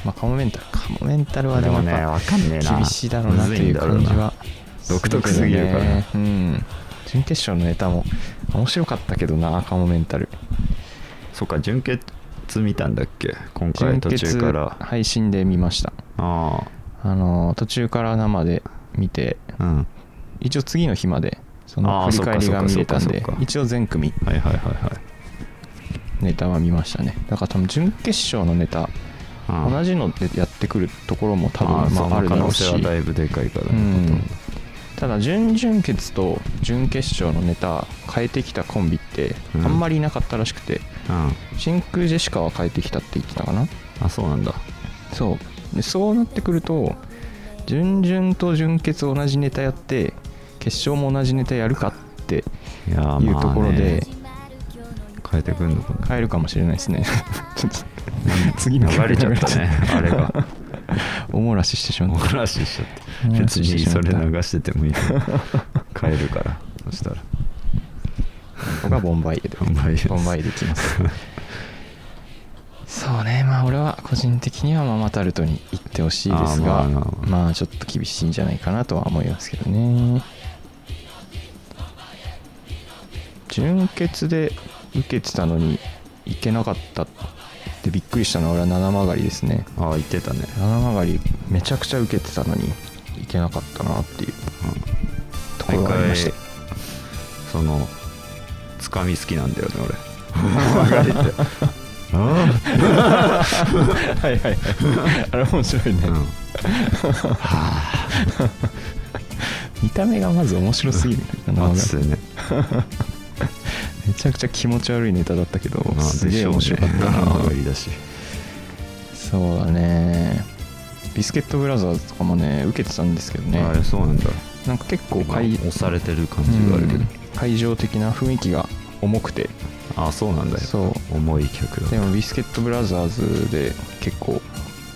Speaker 3: まあカモメンタルカモメンタルはでも
Speaker 4: でもね
Speaker 3: や
Speaker 4: わ
Speaker 3: っ
Speaker 4: かんねえな
Speaker 3: ぱ厳しいだろうなという感じ
Speaker 4: むずいんだろう
Speaker 3: は
Speaker 4: な独特すぎるから
Speaker 3: ねうん準決勝のネタも面白かったけどなカモメンタル
Speaker 4: そうか準決見たんだっけ今回
Speaker 3: 準
Speaker 4: 途
Speaker 3: 決
Speaker 4: 中からあ
Speaker 3: 配信で見ました
Speaker 4: あ
Speaker 3: あの途中から生で見て
Speaker 4: うん
Speaker 3: 一応次の日までそ
Speaker 4: あ
Speaker 3: の
Speaker 4: ー
Speaker 3: 振り返りが見れたん
Speaker 4: そっ
Speaker 3: で
Speaker 4: かそっかそっか
Speaker 3: 一応全組
Speaker 4: はいはいはいはい
Speaker 3: ネタは見ましたねだから多分準決勝のネタ
Speaker 4: ああ
Speaker 3: 同じのでやってくるところも多
Speaker 4: ああ
Speaker 3: 分ま
Speaker 4: そ
Speaker 3: あ
Speaker 4: の
Speaker 3: ある
Speaker 4: 可
Speaker 3: だろ
Speaker 4: 能
Speaker 3: うし
Speaker 4: 性はだいぶでかいから
Speaker 3: う
Speaker 4: ね
Speaker 3: んただ準々決と準決勝のネタ変えてきたコンビってあ
Speaker 4: うん
Speaker 3: んまりいなかったらしくて
Speaker 4: うん
Speaker 3: 真空ジェシカは変えてきたって言ってたかな
Speaker 4: あそうなんだ
Speaker 3: そうでそうなってくると準々と準決同じネタやって決勝も同じネタやるかって
Speaker 4: いやー
Speaker 3: いうところで、
Speaker 4: まあね変えてくんのかな
Speaker 3: 変えるかもしれない ですねちょっと次の曲
Speaker 4: 流れちゃった ねあれが
Speaker 3: おもらししてしま
Speaker 4: お
Speaker 3: った
Speaker 4: 話ししちゃっ
Speaker 3: お
Speaker 4: て
Speaker 3: 話
Speaker 4: 別
Speaker 3: しして
Speaker 4: に
Speaker 3: しま
Speaker 4: そ
Speaker 3: っ
Speaker 4: れ
Speaker 3: た
Speaker 4: 流してて もいいと思う変えるからそしたら
Speaker 3: ここがボンバイエで
Speaker 4: ボンバイエです
Speaker 3: ボンバイエできます そうねまあ俺は個人的にはママタルトに行ってほしいですが
Speaker 4: あーまあまあ
Speaker 3: まあちょっと厳しいんじゃないかなとは思いますけどね純潔で受けてたのに行けなかったってびっくりしたのは俺は七曲りですね
Speaker 4: ああ言ってたね
Speaker 3: 七曲りめちゃくちゃ受けてたのに行けなかったなっていうところ
Speaker 4: 毎
Speaker 3: がありま
Speaker 4: 回
Speaker 3: した
Speaker 4: そのつかみ好きなんだよね俺曲がりって あ
Speaker 3: はいはいはいあれ面白いね、
Speaker 4: あ、うん、
Speaker 3: 見た目がまず面白すぎる七曲り
Speaker 4: 熱いね
Speaker 3: めちゃくちゃ気持ち悪いネタだったけど、
Speaker 4: まあ
Speaker 3: すげえ面白かったな、
Speaker 4: 曲がりだし
Speaker 3: そうだねビスケットブラザーズとかもね受けてたんですけどね
Speaker 4: あれそうなんだ
Speaker 3: なんか結構
Speaker 4: 今
Speaker 3: 会
Speaker 4: 押されてる感じがあるけ
Speaker 3: う
Speaker 4: ど
Speaker 3: ん会場的な雰囲気が重くて
Speaker 4: ああそうなんだよ
Speaker 3: そ
Speaker 4: 重い曲
Speaker 3: で
Speaker 4: だ
Speaker 3: もビスケットブラザーズで結構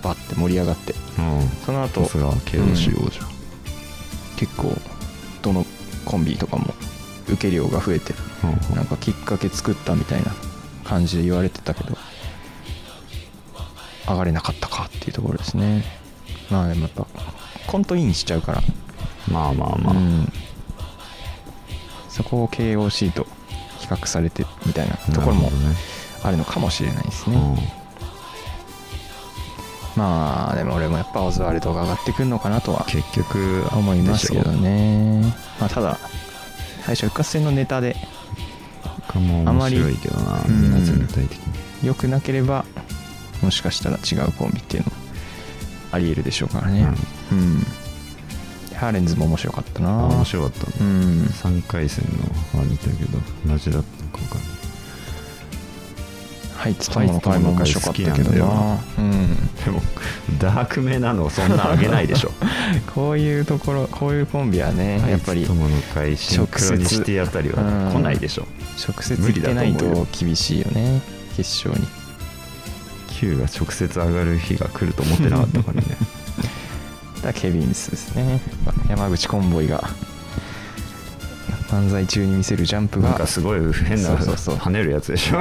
Speaker 3: バッて盛り上がって
Speaker 4: うん
Speaker 3: その後
Speaker 4: さすが KOC 王者
Speaker 3: 結構どのコンビとかも受け量が増えて
Speaker 4: うん
Speaker 3: なんかきっかけ作ったみたいな感じで言われてたけど上がれなかったかっていうところですねまあでもやっぱコントインしちゃうから
Speaker 4: まあまあまあ、
Speaker 3: うん、そこを KOC と比較されてみたいなところもあるのかもしれないですね
Speaker 4: なるほどね
Speaker 3: まあでも俺もやっぱオズワルドが上がってくるのかなとは
Speaker 4: うん結局
Speaker 3: 思いますけど
Speaker 4: でし
Speaker 3: ね、まあ、ただ最初復活戦のネタで
Speaker 4: ょ他も面白いけどな
Speaker 3: あまり
Speaker 4: みんな
Speaker 3: うん
Speaker 4: 全体的に
Speaker 3: 良くなければもしかしたら違うコンビっていうのもありえるでしょうからねうん、ハーレンズも面白かった
Speaker 4: あ
Speaker 3: な
Speaker 4: 面白かったね
Speaker 3: うん
Speaker 4: 3回戦のは見たけど同じだったのか分かんない
Speaker 3: ハイツともの回も面白かったけど
Speaker 4: ハイツともの
Speaker 3: なうん
Speaker 4: でも ダークめなのそんなあげないでしょ
Speaker 3: こういうところこういうコンビはね やっぱり
Speaker 4: 友の会シンクロにしてあたりは来ないでしょ
Speaker 3: 直接行ってないと厳しいよね決勝に
Speaker 4: Q が直接上がる日が来ると思ってなかったからね
Speaker 3: だからケビンスですねやっぱ山口コンボイが漫才中に見せるジャンプ
Speaker 4: なん
Speaker 3: が
Speaker 4: かすごい変な
Speaker 3: そうそうそう
Speaker 4: 跳ねるやつでしょ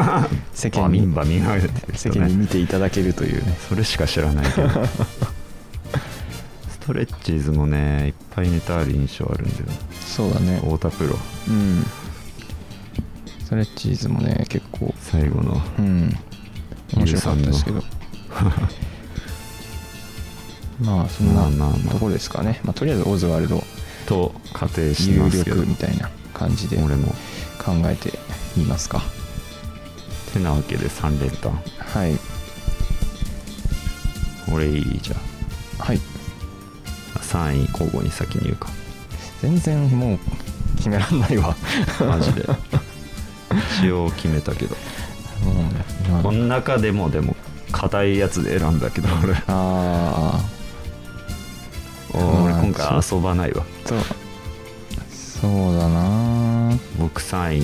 Speaker 3: 世
Speaker 4: バ
Speaker 3: 間
Speaker 4: ミ
Speaker 3: に
Speaker 4: ンバミンバミンって
Speaker 3: 世
Speaker 4: 人ね
Speaker 3: 間に見ていただけるというね
Speaker 4: それしか知らない けどストレッチーズもねいっぱいネタある印象あるんだよ
Speaker 3: そうだね
Speaker 4: 太田プロ
Speaker 3: うんストレッチーズもね結構
Speaker 4: 最後の
Speaker 3: うん面白かったですけ
Speaker 4: ゆ
Speaker 3: ど
Speaker 4: う
Speaker 3: まあそん
Speaker 4: まあまあま
Speaker 3: な
Speaker 4: あ
Speaker 3: ところですかね、まあ、とりあえずオズワルド
Speaker 4: と仮定して
Speaker 3: 有
Speaker 4: ますけど
Speaker 3: 力みたいな感じで
Speaker 4: 俺も
Speaker 3: 考えてみますか
Speaker 4: てなわけで3連単
Speaker 3: はい
Speaker 4: 俺いいじゃん
Speaker 3: はい
Speaker 4: 3位交互に先に言うか
Speaker 3: 全然もう決めらんないわ
Speaker 4: マジ で一応決めたけど
Speaker 3: もう今
Speaker 4: この中でもでも硬いやつで選んだけど俺
Speaker 3: あ
Speaker 4: 俺今回遊ばないわ
Speaker 3: あとそうだな
Speaker 4: 僕3位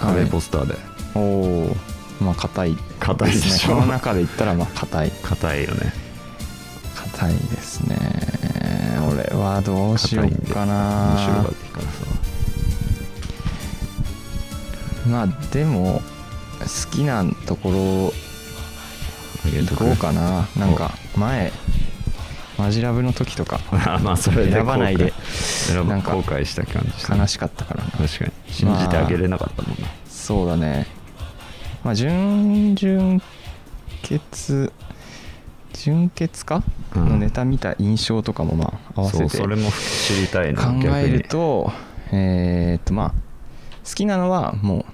Speaker 3: はい
Speaker 4: 壁ポスターで
Speaker 3: おおまあ硬い
Speaker 4: 硬いでしょ
Speaker 3: この中で言ったらまあ硬い
Speaker 4: 硬いよね
Speaker 3: 硬いですね俺はどうしようか
Speaker 4: 面白
Speaker 3: な
Speaker 4: がっていいからさ
Speaker 3: まあでも好きなところ
Speaker 4: あげ
Speaker 3: 行
Speaker 4: とく
Speaker 3: こうかななんか前マジラブの時とか
Speaker 4: まあ それで
Speaker 3: 選ばないで
Speaker 4: 後悔選ば
Speaker 3: な
Speaker 4: 後
Speaker 3: んか
Speaker 4: 悔した感じしたね
Speaker 3: 悲しかったからな
Speaker 4: 確かに信じてあげれなかったもんな、
Speaker 3: そうだねまあ準々決準決か、
Speaker 4: うん
Speaker 3: のネタ見た印象とかもまあ合わ
Speaker 4: そ
Speaker 3: せ
Speaker 4: う
Speaker 3: て
Speaker 4: それも知りたいな
Speaker 3: 考える
Speaker 4: 逆に
Speaker 3: とえーっとまあ好きなのはもう、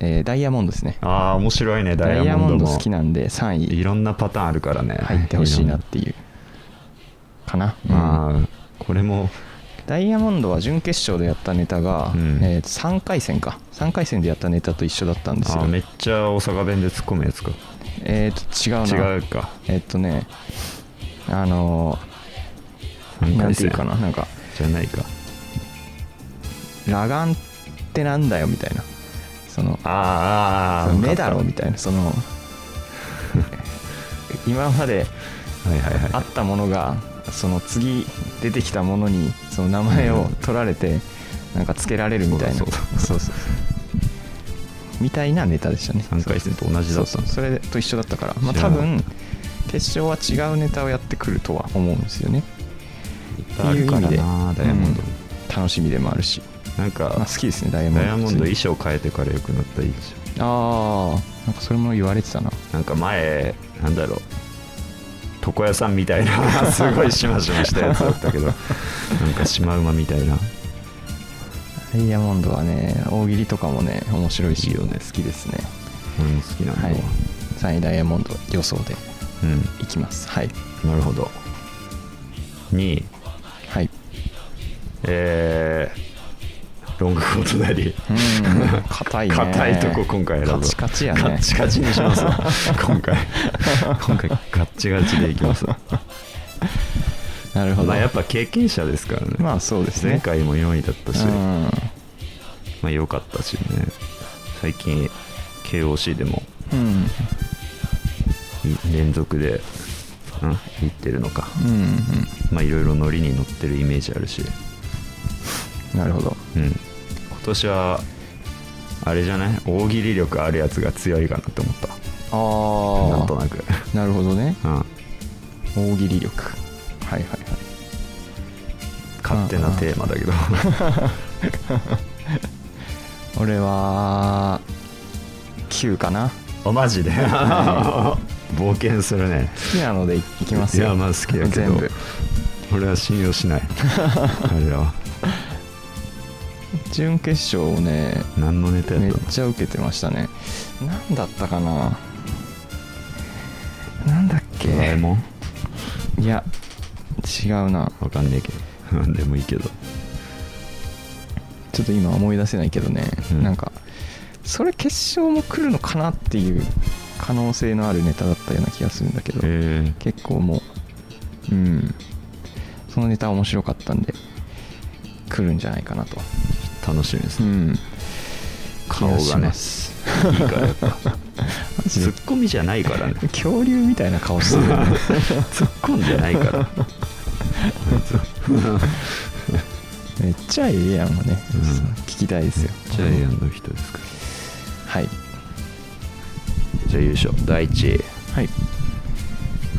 Speaker 3: えーダイヤモンドですね
Speaker 4: ああ面白いね
Speaker 3: ダ
Speaker 4: ダ
Speaker 3: イ
Speaker 4: イ
Speaker 3: ヤ
Speaker 4: ヤ
Speaker 3: モ
Speaker 4: モ
Speaker 3: ン
Speaker 4: ン
Speaker 3: ド
Speaker 4: ド
Speaker 3: 好
Speaker 4: も
Speaker 3: きなんで3
Speaker 4: い
Speaker 3: 位
Speaker 4: ろんなパターンあるからね
Speaker 3: 入ってほしいなっ
Speaker 4: ろ
Speaker 3: ていうかな、
Speaker 4: んなまあこれも
Speaker 3: ダイヤモンドは準決勝でやったネタが、
Speaker 4: うん
Speaker 3: え3回戦か3回戦でやったネタと一緒だったんです
Speaker 4: あ
Speaker 3: よ
Speaker 4: ーめっちゃ大阪弁で突っ込むやつか
Speaker 3: えー、と違うな
Speaker 4: 違うか
Speaker 3: えっとねあのー、
Speaker 4: 3
Speaker 3: なん
Speaker 4: 回
Speaker 3: ていう
Speaker 4: 戦
Speaker 3: かななんか
Speaker 4: じゃないか
Speaker 3: 裸眼ってなんだよみたいなその
Speaker 4: あーあーあー
Speaker 3: 目だろ
Speaker 4: わか
Speaker 3: みたいなその 今まで
Speaker 4: ったはいはい
Speaker 3: あ
Speaker 4: はい
Speaker 3: ったものがその次出てきたものにその名前を取られてなんかつけられるみたいな
Speaker 4: そうだそうだ
Speaker 3: そうそうみたいなネタでしたね
Speaker 4: 3回戦と同じだ
Speaker 3: そう
Speaker 4: った
Speaker 3: そ
Speaker 4: ん
Speaker 3: う
Speaker 4: です
Speaker 3: それと一緒だったから、まあ、
Speaker 4: 知らなか
Speaker 3: 多
Speaker 4: った
Speaker 3: 分決勝は違うネタをやってくるとは思うんですよね
Speaker 4: いっぱいあるからな
Speaker 3: って
Speaker 4: ダ
Speaker 3: いう
Speaker 4: イ
Speaker 3: 意
Speaker 4: ヤモ
Speaker 3: 味
Speaker 4: ン
Speaker 3: で
Speaker 4: ド
Speaker 3: 楽しみでもあるしっ
Speaker 4: なんか、
Speaker 3: まあ、好きですねダイヤモンド
Speaker 4: ダイヤモンド
Speaker 3: 普
Speaker 4: 衣
Speaker 3: 通
Speaker 4: 装変えてから良くなったらいいでし
Speaker 3: にああんかそれも言われてたな
Speaker 4: ょなんか前なんだろう床屋さんみたいな すごいしましましたやつだった けどなんかシマウマみたいな
Speaker 3: ダイヤモンドはね大喜利とかもね面白いし
Speaker 4: いいよね
Speaker 3: 好きですね
Speaker 4: 俺も好きなんだわ、
Speaker 3: はい3位ダイヤモンド予想で
Speaker 4: う
Speaker 3: いきますはい
Speaker 4: んなるほど2位
Speaker 3: はい
Speaker 4: えーロングコートダディ
Speaker 3: うん硬い ね
Speaker 4: 硬いとこ今回選ぶ
Speaker 3: カチカチやね
Speaker 4: カッチカチにし ますわ今回今回カッチガチでいき ますわ
Speaker 3: なるほど、
Speaker 4: まあやっぱ経験者ですからね、
Speaker 3: まあそうですね
Speaker 4: 前回も4位だったし、
Speaker 3: うん
Speaker 4: まあ良かったしね最近 KOC でも
Speaker 3: うん
Speaker 4: い連続で、うん、いってるのか
Speaker 3: うん
Speaker 4: まあいろいろノリに乗ってるイメージあるし、
Speaker 3: うんなるほど
Speaker 4: うん、今年はあれじゃない大喜利力あるやつが強いかなと思った
Speaker 3: ああ
Speaker 4: なんとなく、
Speaker 3: なるほどね
Speaker 4: うん、
Speaker 3: 大喜利力はいはいはい
Speaker 4: 勝手なテーマだけど
Speaker 3: 俺は9かな
Speaker 4: おマジで冒険するね
Speaker 3: 好きなのでいいきますよ
Speaker 4: いやまあ好きやけど
Speaker 3: 全部
Speaker 4: 俺は信用し ないあれらは
Speaker 3: 準決勝をね
Speaker 4: 何のネタ
Speaker 3: め
Speaker 4: や
Speaker 3: っ
Speaker 4: ったの
Speaker 3: ちゃ受けてましたね何だったかななんだっけ
Speaker 4: ドラえもん
Speaker 3: いや違うな
Speaker 4: わかんねえけど なんでもいいけど
Speaker 3: ちょっと今思い出せないけどね、
Speaker 4: うん
Speaker 3: なんかそれ決勝も来るのかなっていう可能性のあるネタだったような気がするんだけど
Speaker 4: え
Speaker 3: 結構もううんそのネタ面白かったんで来るんじゃないかなと
Speaker 4: ー、楽しみです
Speaker 3: う
Speaker 4: ね
Speaker 3: ん
Speaker 4: 顔がね
Speaker 3: 気します
Speaker 4: いいからやっぱ ツッコミじゃないから ね
Speaker 3: 恐竜みたいな顔して るよね
Speaker 4: 突っ込んでないから
Speaker 3: めっちゃええやんもね、
Speaker 4: うん
Speaker 3: 聞きたいですよ
Speaker 4: ジャイアンの人ですか
Speaker 3: はい
Speaker 4: じゃあ優勝第1位
Speaker 3: はい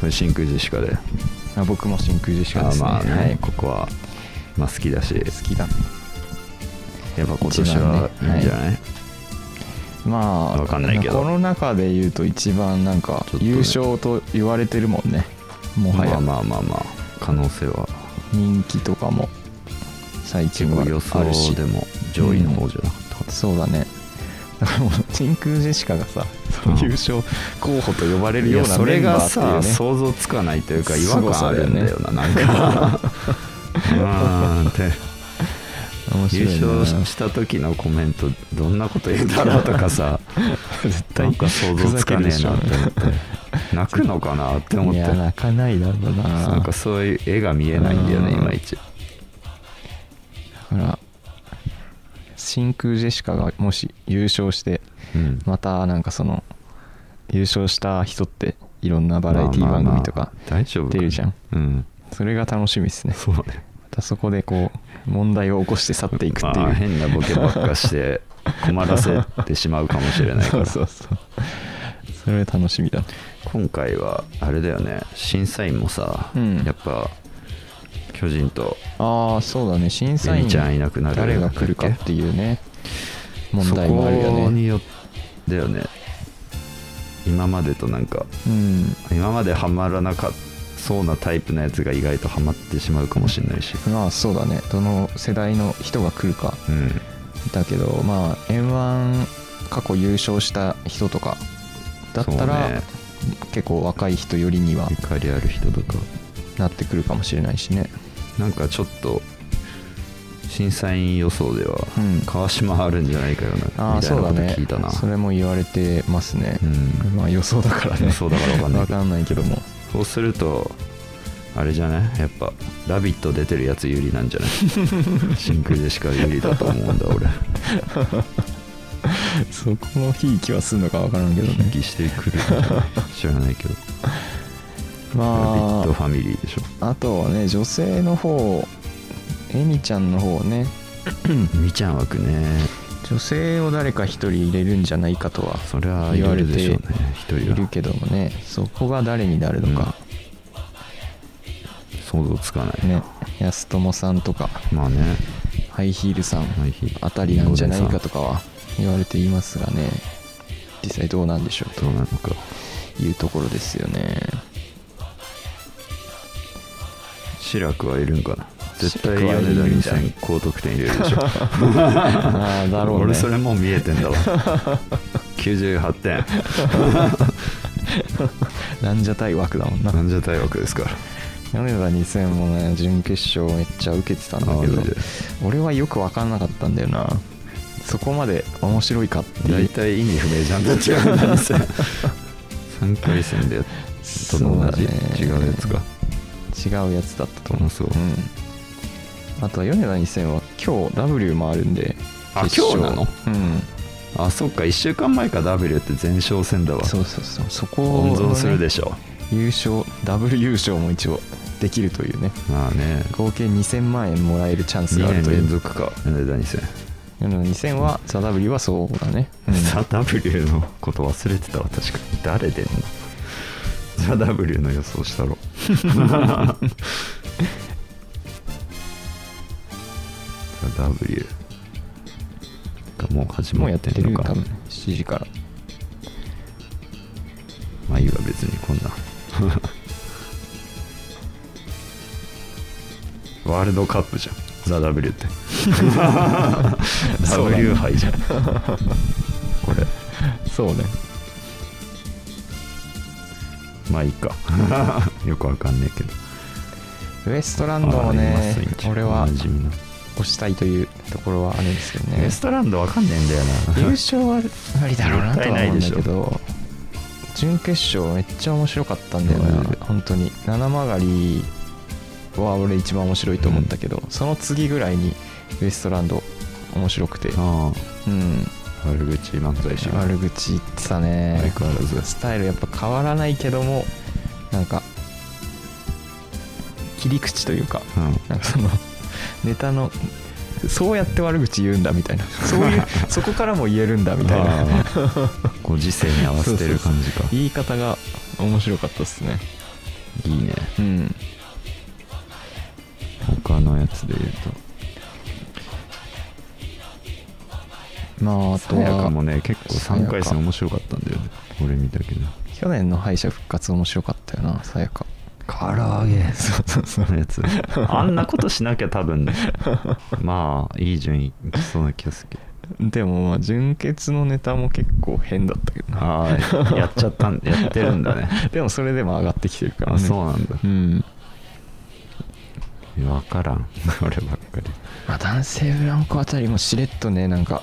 Speaker 4: これ真空ジェシカで
Speaker 3: あ僕も真空ジェシカ
Speaker 4: あ
Speaker 3: ですね
Speaker 4: まあね、
Speaker 3: はい、
Speaker 4: ここは、まあ、好きだし
Speaker 3: 好きだ
Speaker 4: やっぱ今年はいいんじゃない、
Speaker 3: まあ
Speaker 4: わかんないけど
Speaker 3: この中で言うと一番なんか
Speaker 4: ちょっとね
Speaker 3: 優勝と言われてるもんねもは
Speaker 4: まあま
Speaker 3: や
Speaker 4: あまあまあ可能性は
Speaker 3: 人気とかも最近
Speaker 4: 結
Speaker 3: は
Speaker 4: 構予
Speaker 3: あるし
Speaker 4: 想でも上位の方じゃなかったか
Speaker 3: そうだねだからもう真空ジェシカがさ、
Speaker 4: うん
Speaker 3: 優勝候補と呼ばれる
Speaker 4: い
Speaker 3: よ
Speaker 4: や
Speaker 3: うな
Speaker 4: そ
Speaker 3: メ
Speaker 4: れ
Speaker 3: ンバ
Speaker 4: が
Speaker 3: ーっていう
Speaker 4: さ
Speaker 3: ね
Speaker 4: 想像つかないというか違和
Speaker 3: 凄
Speaker 4: 感
Speaker 3: さ
Speaker 4: あ
Speaker 3: だよ
Speaker 4: るん
Speaker 3: ね
Speaker 4: だよななん かうーんって
Speaker 3: 面白
Speaker 4: 優
Speaker 3: いな
Speaker 4: 勝した時のコメントどんなこと言うんだろうとか さ
Speaker 3: 絶
Speaker 4: な
Speaker 3: 対
Speaker 4: んか想像つかねえなって
Speaker 3: ふざ
Speaker 4: 思って泣くのかなって思っ
Speaker 3: けるでしょい
Speaker 4: て
Speaker 3: や泣かないだろうな
Speaker 4: なんかそういう絵が見えないんだよね
Speaker 3: う
Speaker 4: い
Speaker 3: ん
Speaker 4: まいち
Speaker 3: だから真空ジェシカがもし優勝して
Speaker 4: うん
Speaker 3: またなんかその優勝した人っていろんなバラエティ番組と
Speaker 4: まあま
Speaker 3: か
Speaker 4: あ大丈夫か
Speaker 3: 出るじゃん
Speaker 4: うん
Speaker 3: それが楽しみですね
Speaker 4: そうね
Speaker 3: またそこでこう問題を起こして去っていくって
Speaker 4: まあ
Speaker 3: いう
Speaker 4: 変なボケばっか して困らせてしまうかもしれないか
Speaker 3: そ
Speaker 4: ら
Speaker 3: うそうそうそれ楽しみだ
Speaker 4: 今回はあれだよね審査員もさ、
Speaker 3: うん
Speaker 4: やっぱ巨人と
Speaker 3: ああそうだね審査
Speaker 4: レ
Speaker 3: 員
Speaker 4: ミちゃんいなくなる
Speaker 3: 誰が来るかっていうね問題もあるよ
Speaker 4: そこ
Speaker 3: ね
Speaker 4: によってだよね今までとなんか
Speaker 3: うん
Speaker 4: 今までハマらなかそうなタイプのやつが意外とハマってしまうかもしれないし
Speaker 3: まあそうだねどの世代の人が来るか
Speaker 4: うん
Speaker 3: だけどまあ m 1過去優勝した人とかだったら、
Speaker 4: そうね
Speaker 3: 結構若い人よりには
Speaker 4: ゆかりある人とか
Speaker 3: なってくるかもしれないしね
Speaker 4: なんかちょっと審査員予想では
Speaker 3: うん
Speaker 4: 川島あるんじゃないかよな、
Speaker 3: ああ
Speaker 4: みたい
Speaker 3: そ
Speaker 4: な
Speaker 3: う
Speaker 4: こ
Speaker 3: だ
Speaker 4: と
Speaker 3: ね
Speaker 4: 聞いたな
Speaker 3: それも言われてますね、
Speaker 4: うん
Speaker 3: まあ予想だから ね
Speaker 4: 予想だからわかんない
Speaker 3: わかんないけども
Speaker 4: そうするとあれじゃないやっぱ「ラビット!」出てるやつ有利なん じゃない真空でしか有利だと思うんだ俺
Speaker 3: そこのひいきはすんのかわからんけど
Speaker 4: 引
Speaker 3: ね
Speaker 4: きしてくるんじゃ ない知らないけど「ラビッ
Speaker 3: ま
Speaker 4: トファミリー」でしょ
Speaker 3: ああとはね女性の方エミちゃんの方ね
Speaker 4: みちゃん枠ね
Speaker 3: 女性を誰か一人入れるんじゃないかとは
Speaker 4: それは
Speaker 3: 言われ
Speaker 4: いるでしょう
Speaker 3: て
Speaker 4: ね一
Speaker 3: い
Speaker 4: 人
Speaker 3: る
Speaker 4: は
Speaker 3: けどもねそこが誰になるのか、
Speaker 4: 想像つかない
Speaker 3: ね安友さんとか
Speaker 4: まあね
Speaker 3: ハイヒールさん
Speaker 4: ハイヒール
Speaker 3: あたりなんじゃないかとかは言われていますがね実際どうなんでしょう
Speaker 4: どうなのか
Speaker 3: というところですよ ね
Speaker 4: 志らくはいるんかな絶対
Speaker 3: 志らくはいる
Speaker 4: 米田
Speaker 3: ん
Speaker 4: に
Speaker 3: じゃない
Speaker 4: 先高得点入れる でしょ
Speaker 3: ああだろうね
Speaker 4: 俺それもう見えてん だわ98点
Speaker 3: なんじゃ大枠だもんな
Speaker 4: なんじゃ大学ですから
Speaker 3: 米田2000もね準決勝めっちゃ受けてたんだけ
Speaker 4: あ
Speaker 3: ど
Speaker 4: マジで
Speaker 3: 俺はよく分かんなかったんだよなそこまで面白いかってい
Speaker 4: 大
Speaker 3: う
Speaker 4: 体意味不明じゃんだっていう話3回戦でやっと同じ、
Speaker 3: そう
Speaker 4: 違
Speaker 3: だね
Speaker 4: うやつか
Speaker 3: 違うやつだったと思う、
Speaker 4: あそうん
Speaker 3: あとは米田2000は今日 W もあるんで
Speaker 4: あ
Speaker 3: 決勝
Speaker 4: 今日なの
Speaker 3: うん
Speaker 4: あそっか1週間前か W って前哨戦だわ
Speaker 3: そうそうそうそこを、
Speaker 4: 温存するでしょ
Speaker 3: 優勝ダブル優勝も一応できるというね
Speaker 4: まあね
Speaker 3: 合計2000万円もらえるチャンス
Speaker 4: 2
Speaker 3: がある
Speaker 4: 年
Speaker 3: とい
Speaker 4: 連
Speaker 3: う
Speaker 4: 続か米田2戦
Speaker 3: 米田2000はザ・ W はそうだね、うん
Speaker 4: ザ・ W のこと忘れてたわ確かに誰でもザ・ W の予想したろ ザ・ W がもう始
Speaker 3: も
Speaker 4: ま
Speaker 3: うや
Speaker 4: っ
Speaker 3: って
Speaker 4: て
Speaker 3: る
Speaker 4: んの
Speaker 3: 多
Speaker 4: か
Speaker 3: 分7時から
Speaker 4: まあいいわ別にこんな ワールドカップじゃんザ・ W って
Speaker 3: そうだね
Speaker 4: W 杯 じゃんこれ
Speaker 3: そうね
Speaker 4: まあいい かよくわかんねえけど
Speaker 3: ウエストランドも
Speaker 4: あーいま
Speaker 3: ね
Speaker 4: すいます
Speaker 3: 俺は
Speaker 4: おなじみの
Speaker 3: 押したいというところはあるんですけど
Speaker 4: ウ
Speaker 3: ね
Speaker 4: エストランドわかんねえんだよ
Speaker 3: 優
Speaker 4: な
Speaker 3: 勝は無理だろうなとは思うんだけ
Speaker 4: 絶対な
Speaker 3: ど準決勝めっちゃ面白かったんだよ
Speaker 4: マジ
Speaker 3: な
Speaker 4: で
Speaker 3: 本当に七曲がりは俺一番面白いと思ったけど、その次ぐらいにウエストランド面白くて
Speaker 4: あ
Speaker 3: うん
Speaker 4: あ悪口漫才師
Speaker 3: 悪口言ってたね
Speaker 4: 相変わらず
Speaker 3: スタイルやっぱ変わらないけどもなんか切り口というか
Speaker 4: う
Speaker 3: なんかそのネタのそうやって悪口言うんだみたいなそういうそこからも言えるんだみ
Speaker 4: ん
Speaker 3: たい な
Speaker 4: あーご時世に合わせてる感じか
Speaker 3: 言い方が面白かったっすね
Speaker 4: いいね
Speaker 3: うん
Speaker 4: 他のやつで言う
Speaker 3: まああ
Speaker 4: と
Speaker 3: と
Speaker 4: さやかも
Speaker 3: は
Speaker 4: ね結構3回戦面白かったんだよね俺見たけど
Speaker 3: 去年の敗者復活面白かったよなさやか
Speaker 4: 唐揚げ
Speaker 3: そうそうそう
Speaker 4: そのやつ あんなことしなきゃ多分まあいい順位いきそうな気がするけど
Speaker 3: でもまあ純潔のネタも結構変だったけどな
Speaker 4: ああやっちゃったんやってるんだね
Speaker 3: でもそれでも上がってきてるから
Speaker 4: あ
Speaker 3: ね
Speaker 4: そうなんだ
Speaker 3: うん
Speaker 4: 分からん 俺ばっかり
Speaker 3: まあ、男性ブランコあたりもしれっとねなんか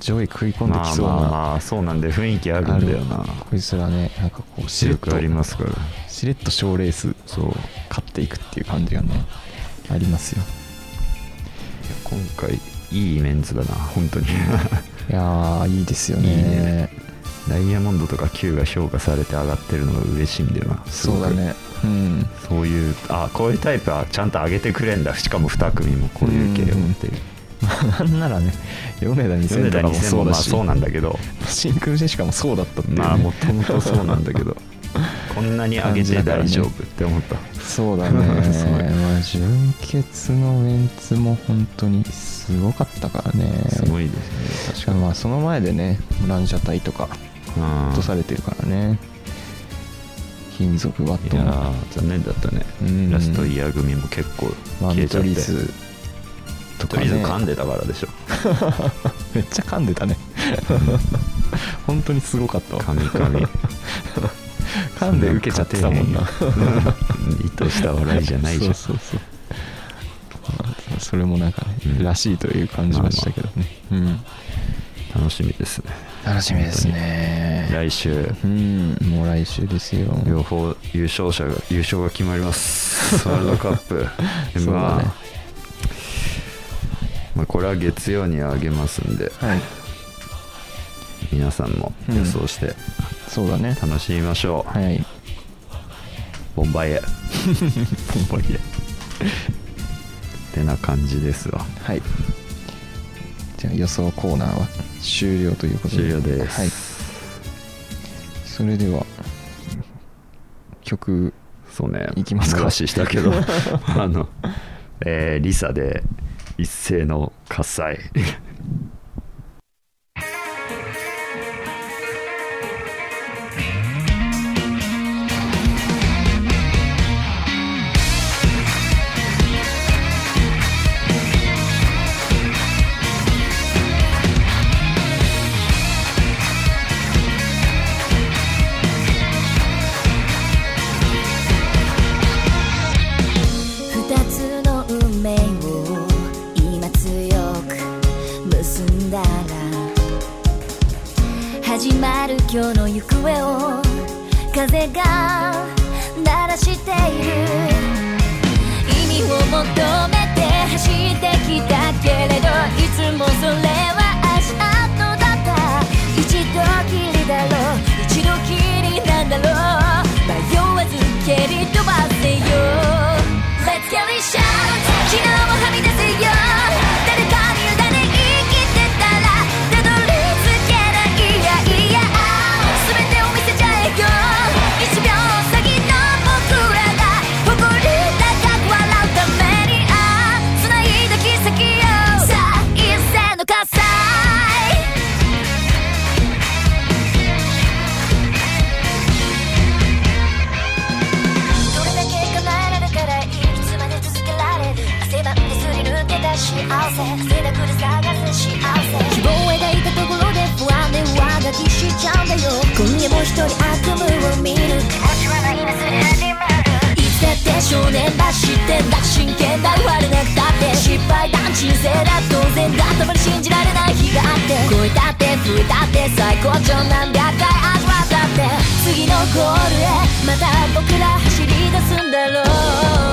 Speaker 3: 上位食い込んで
Speaker 4: ま
Speaker 3: き
Speaker 4: あ
Speaker 3: そうな、
Speaker 4: まあまあそうなんで雰囲気あるんだよな
Speaker 3: こいつらねなんかこうしれ
Speaker 4: 強
Speaker 3: っと
Speaker 4: くありますから
Speaker 3: しれっと賞レース
Speaker 4: そう
Speaker 3: 勝っていくっていう感じがねありますよ
Speaker 4: 今回いいメンズだな本当に
Speaker 3: いやーいいですよね
Speaker 4: いいね ダイヤモンドとか Q が評価されて上がってるのが嬉しいんだよなすご
Speaker 3: そう
Speaker 4: く
Speaker 3: だねうん
Speaker 4: そういうあこういうタイプはちゃんと上げてくれんだしかも2組もこういう系をっていう
Speaker 3: まあ なんならね米田2000
Speaker 4: 米
Speaker 3: と
Speaker 4: 田
Speaker 3: かも
Speaker 4: 2000
Speaker 3: そ
Speaker 4: も
Speaker 3: うだ
Speaker 4: まあ
Speaker 3: し
Speaker 4: そうなんだけど
Speaker 3: 真空ジェシカもそうだったっていう、ね、
Speaker 4: まあもともとそうなんだけどこんなに上げて大丈夫って思った
Speaker 3: そうだね
Speaker 4: そう
Speaker 3: まあ純潔のメンツも本当にすごかったからね
Speaker 4: すごいですね
Speaker 3: しかもまあその前でねランジャタイとか
Speaker 4: うん
Speaker 3: 落とされてるからね金属バッ
Speaker 4: い
Speaker 3: ト
Speaker 4: や
Speaker 3: も
Speaker 4: ー残念だったね、
Speaker 3: うん
Speaker 4: ラストイヤー組も結構
Speaker 3: まあ
Speaker 4: 消え
Speaker 3: 見
Speaker 4: ちゃっ
Speaker 3: 取
Speaker 4: て
Speaker 3: り図と
Speaker 4: と
Speaker 3: かね
Speaker 4: りあえず噛んでたからでしょ
Speaker 3: めっちゃ噛んでたね 本当にすごかったわ
Speaker 4: 噛み噛み
Speaker 3: 噛んで受けちゃってたもんな
Speaker 4: そんな勝てへんよ意図した笑いじゃないじゃん
Speaker 3: そうそうそうまあそれもなんかね、
Speaker 4: うん
Speaker 3: らしいという感じはしたけどね、
Speaker 4: 楽しみですね
Speaker 3: うん楽しみですね
Speaker 4: 来週
Speaker 3: うんもう来週ですよ
Speaker 4: 両方優勝者が優勝が決まります ワールドカップ
Speaker 3: そうだね
Speaker 4: M1 まあこれは月曜にあげますんで
Speaker 3: はい
Speaker 4: 皆さんも予想して
Speaker 3: そうだね
Speaker 4: 楽しみましょう、
Speaker 3: はい
Speaker 4: ボンバ イエボンバイエてな感じですわ
Speaker 3: はいじゃあ予想コーナーは終了ということで
Speaker 4: 終了で
Speaker 3: はい、
Speaker 4: す、
Speaker 3: それでは曲
Speaker 4: そうね
Speaker 3: いきますか
Speaker 4: 話したけどあのえーリサで一斉の喝采
Speaker 7: 二つの運命を今強く結んだら始まる今日の行方を風が鳴らしている意味を求めて走ってきたけれどいつもそれは足跡だった一度きりだろう一度きりなんだろう迷わず蹴り飛ばせよ Let's get it shot 昨日をはみ出せよ誰かに委ね生きてたらたどり着けないやいや全てを見せちゃえよ1秒先の僕らが誇り高く笑うためにああ繋いだ奇跡よさあ一斉の喝采どれだけ叶えられたらいいいつまで続けられる汗ばんですり抜けた幸せ汗だくで探せ幸せ希望を描いたところで不安で上書きしちゃうんだよ今夜も一人悪夢を見る気持ちはマイナスに始まるいつだって少年だしてんだ真剣だ悪なくたって失敗だ人生だ当然だたまに信じられない日があって恋だって吹いたって最高潮何百回味わったって次のゴールへまた僕ら走り出すんだろう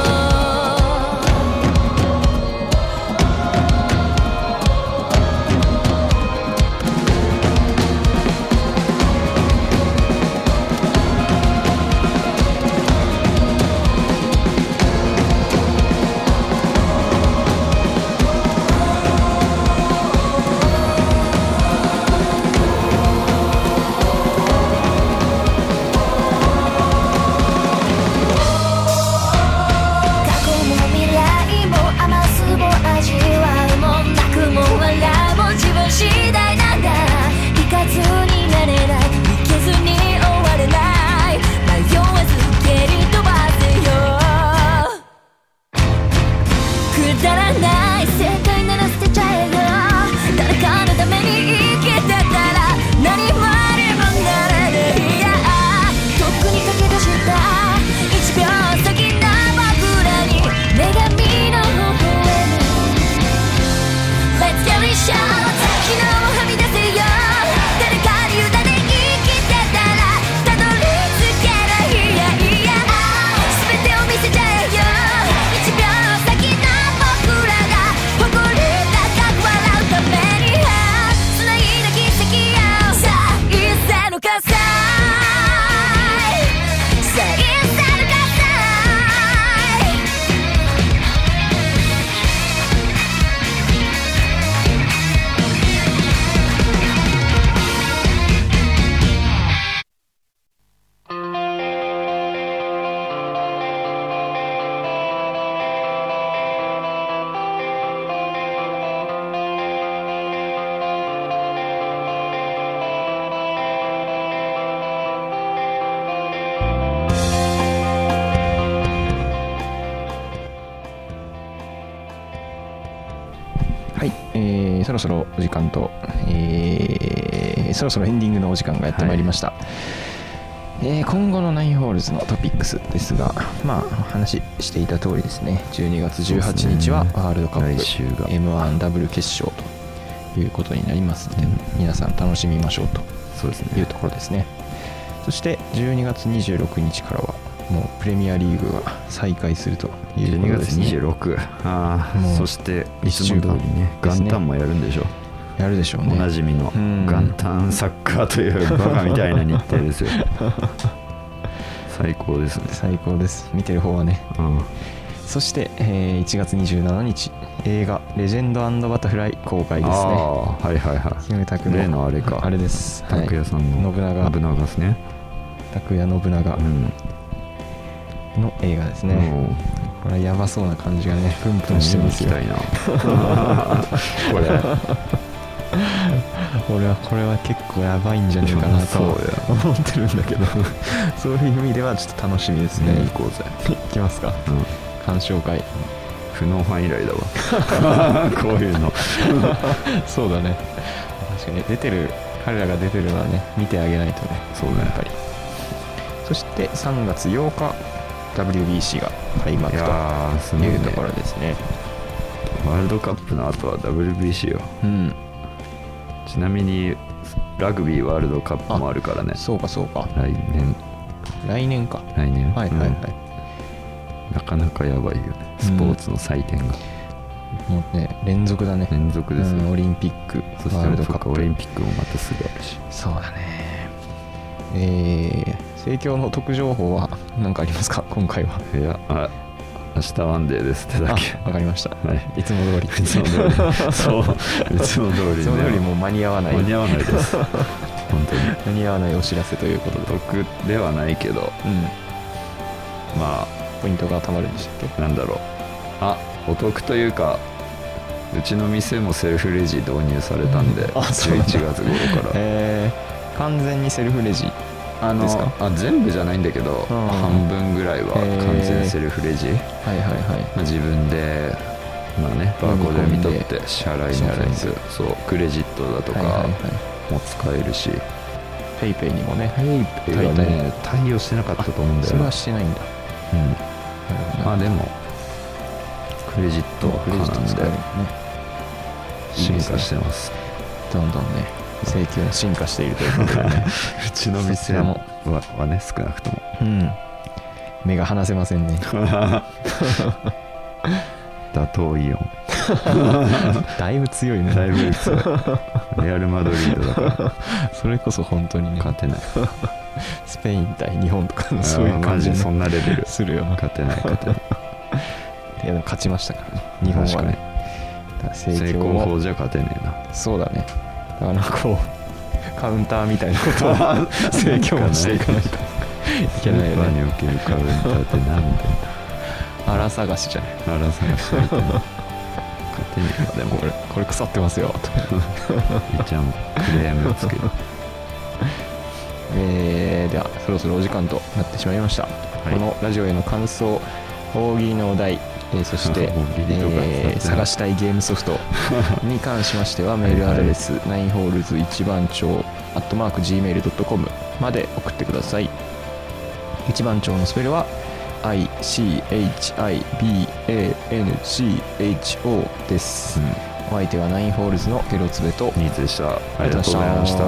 Speaker 7: 過去も未来も甘すも味わうも泣くも笑うも自分次第なんだ行かずになれない行けずに終われない迷わず蹴り飛ばせよくだらない世界なら捨てちゃえよ誰かのために生きてたら何もあればならないいやとっくに駆け出した1秒先の僕らに女神の微笑み Let's get it shot 昨日をはみ出せよ誰かに委ね生きてたらたどり着けないいやいや全てを見せちゃえよ一秒先の僕らが誇り高く笑うために繋いだ奇跡よさあ一斉の火災さあ一斉の火災
Speaker 3: はい、えーそろそろお時間と、えーそろそろエンディングのお時間がやってまいりました、えー今後のナインホールズのトピックスですが、まあ、話していた通りですね12月18日は
Speaker 4: そうですね
Speaker 3: ワールドカッ
Speaker 4: 来週
Speaker 3: プ
Speaker 4: が
Speaker 3: m 1ダブル決勝ということになりますので、皆さん楽しみましょうと
Speaker 4: そうです
Speaker 3: いう
Speaker 4: ね
Speaker 3: ところですねそして12月26日からはもうプレミアリーグが再開するという
Speaker 4: 12
Speaker 3: ことで
Speaker 4: 月
Speaker 3: すね
Speaker 4: 26ああ
Speaker 3: もう
Speaker 4: そして
Speaker 3: 一
Speaker 4: いつも通りね
Speaker 3: 週間ですね
Speaker 4: 元旦もやるんでしょ
Speaker 3: やるでしょう
Speaker 4: お
Speaker 3: ね
Speaker 4: なじみの
Speaker 3: うん
Speaker 4: 元旦サッカーというバカみたいな日程です よ最高ですね
Speaker 3: 最高です見てる方はね
Speaker 4: うん
Speaker 3: そして、えー1月27日映画「レジェンドバタフライ」公開ですね
Speaker 4: ああはいはいは
Speaker 3: キムタク
Speaker 4: い例のあれか
Speaker 3: あれです
Speaker 4: 拓哉さんの
Speaker 3: 信長
Speaker 4: 信長ですね
Speaker 3: 拓哉信長
Speaker 4: うん
Speaker 3: の映画ですね、
Speaker 4: も
Speaker 3: これはやばそうな感じがねプンプンしてますよ
Speaker 4: 見に行きたいなこれ
Speaker 3: 俺はこれは結構やばいんじゃねえかなと
Speaker 4: そうだよ
Speaker 3: 思ってるんだ けどそういう意味ではちょっと楽しみですね、
Speaker 4: 見に行こうぜ、
Speaker 3: いきますか
Speaker 4: うん、
Speaker 3: 鑑賞会
Speaker 4: 不能犯以来だ わこういうの
Speaker 3: そうだね確かに出てる彼らが出てるのはね見てあげないとね
Speaker 4: そうね
Speaker 3: やっぱりそして3月8日 WBC が開幕
Speaker 4: いやーす
Speaker 3: と
Speaker 4: ごい
Speaker 3: い
Speaker 4: ね
Speaker 3: うところですね
Speaker 4: ワールドカップの後は WBC よ
Speaker 3: うん
Speaker 4: ちなみにラグビーワールドカップもあるからね
Speaker 3: そうかそうか
Speaker 4: 来年
Speaker 3: 来年か
Speaker 4: 来年
Speaker 3: はいはいはい、
Speaker 4: うんなかなかやばいよねスポーツの祭典が
Speaker 3: もうね連続だね
Speaker 4: 連続ですよ、
Speaker 3: うんオリンピック
Speaker 4: そし
Speaker 3: ワ
Speaker 4: て
Speaker 3: ール
Speaker 4: も
Speaker 3: ド
Speaker 4: そ
Speaker 3: カ
Speaker 4: っ
Speaker 3: ッ
Speaker 4: か
Speaker 3: プ
Speaker 4: オリンピックもまたすぐあるし
Speaker 3: そうだねえー、盛況の得情報は何かありますか今回はい
Speaker 4: やあ明日ワンデーですってだけ
Speaker 3: あわかりました
Speaker 4: はい
Speaker 3: いつも通り
Speaker 4: いつも通り そういつも通りね
Speaker 3: いつも通りもう間に合わない
Speaker 4: 間に合わないです本当に
Speaker 3: 間に合わないお知らせということで、
Speaker 4: 得ではないけど
Speaker 3: うん、
Speaker 4: ま
Speaker 3: ポイントが貯まるんでしたっけ
Speaker 4: あなんだろうあお得というかうちの店もセルフレジ導入されたんで
Speaker 3: あそう
Speaker 4: 11
Speaker 3: なんだ
Speaker 4: 月頃から、
Speaker 3: えー、完全にセルフレジ
Speaker 4: あの
Speaker 3: ですか
Speaker 4: あ全部じゃないんだけど、
Speaker 3: ん
Speaker 4: 半分ぐらいは完全セルフレジ、
Speaker 3: はいはいは
Speaker 4: まあ、自分で、まあね、バーコード見取って支払いになるんですそうクレジットだと
Speaker 3: はいはいは
Speaker 4: か
Speaker 3: い
Speaker 4: も使えるし、
Speaker 3: いペイペイにもね
Speaker 4: ペイペイがね対応してなかったと思うんだ
Speaker 3: そ
Speaker 4: よ
Speaker 3: れ
Speaker 4: な
Speaker 3: はしてないんだ
Speaker 4: うん、まあでもクレジットは
Speaker 3: クレジット使え
Speaker 4: な
Speaker 3: る
Speaker 4: ん
Speaker 3: ね
Speaker 4: で進化してます
Speaker 3: どんどんね請求が進化しているということでね
Speaker 4: うちの
Speaker 3: そち
Speaker 4: 店
Speaker 3: ら
Speaker 4: は
Speaker 3: も
Speaker 4: はね少なくとも
Speaker 3: うん目が離せませんね
Speaker 4: 打倒イオン
Speaker 3: だいぶ強いね
Speaker 4: だいぶ強いレアル・マドリードだから
Speaker 3: それこそ本当にね
Speaker 4: 勝てない
Speaker 3: スペイン対日本とかのそういう感じ
Speaker 4: あーマジそんなレベル
Speaker 3: するよな
Speaker 4: 勝てない勝てない
Speaker 3: いやでも勝ちましたからね日本はね
Speaker 4: 成
Speaker 3: 成
Speaker 4: 功
Speaker 3: 功
Speaker 4: 法じゃ勝てねえな
Speaker 3: そうだねだからこ うカウンターみ たいなことを成功もしていかないといけない
Speaker 4: スー
Speaker 3: よ
Speaker 4: パー
Speaker 3: ね
Speaker 4: におけるカウンターって何みたい
Speaker 3: 荒探しじゃない
Speaker 4: な荒探しみたいな勝てねえなでも
Speaker 3: これこれ腐ってますよと
Speaker 4: いちゃんクレームつける
Speaker 3: えー、ではそろそろお時間となってしまいました、
Speaker 4: い
Speaker 3: このラジオへの感想大喜利のお題、えーそして
Speaker 4: 大喜利とか
Speaker 3: えー探したいゲームソフトに関しましてはメールアド レスナインホールズ一番町アットマーク Gmail.com まで送ってください一番町のスペルは ICHIBANCHO です、お相手はナインホールズのゲロツベと
Speaker 4: ニーズでしたあ
Speaker 3: り
Speaker 4: り
Speaker 3: が
Speaker 4: が
Speaker 3: と
Speaker 4: と
Speaker 3: う
Speaker 4: う
Speaker 3: ご
Speaker 4: ござい
Speaker 3: ざいま
Speaker 4: ま
Speaker 3: し
Speaker 4: したた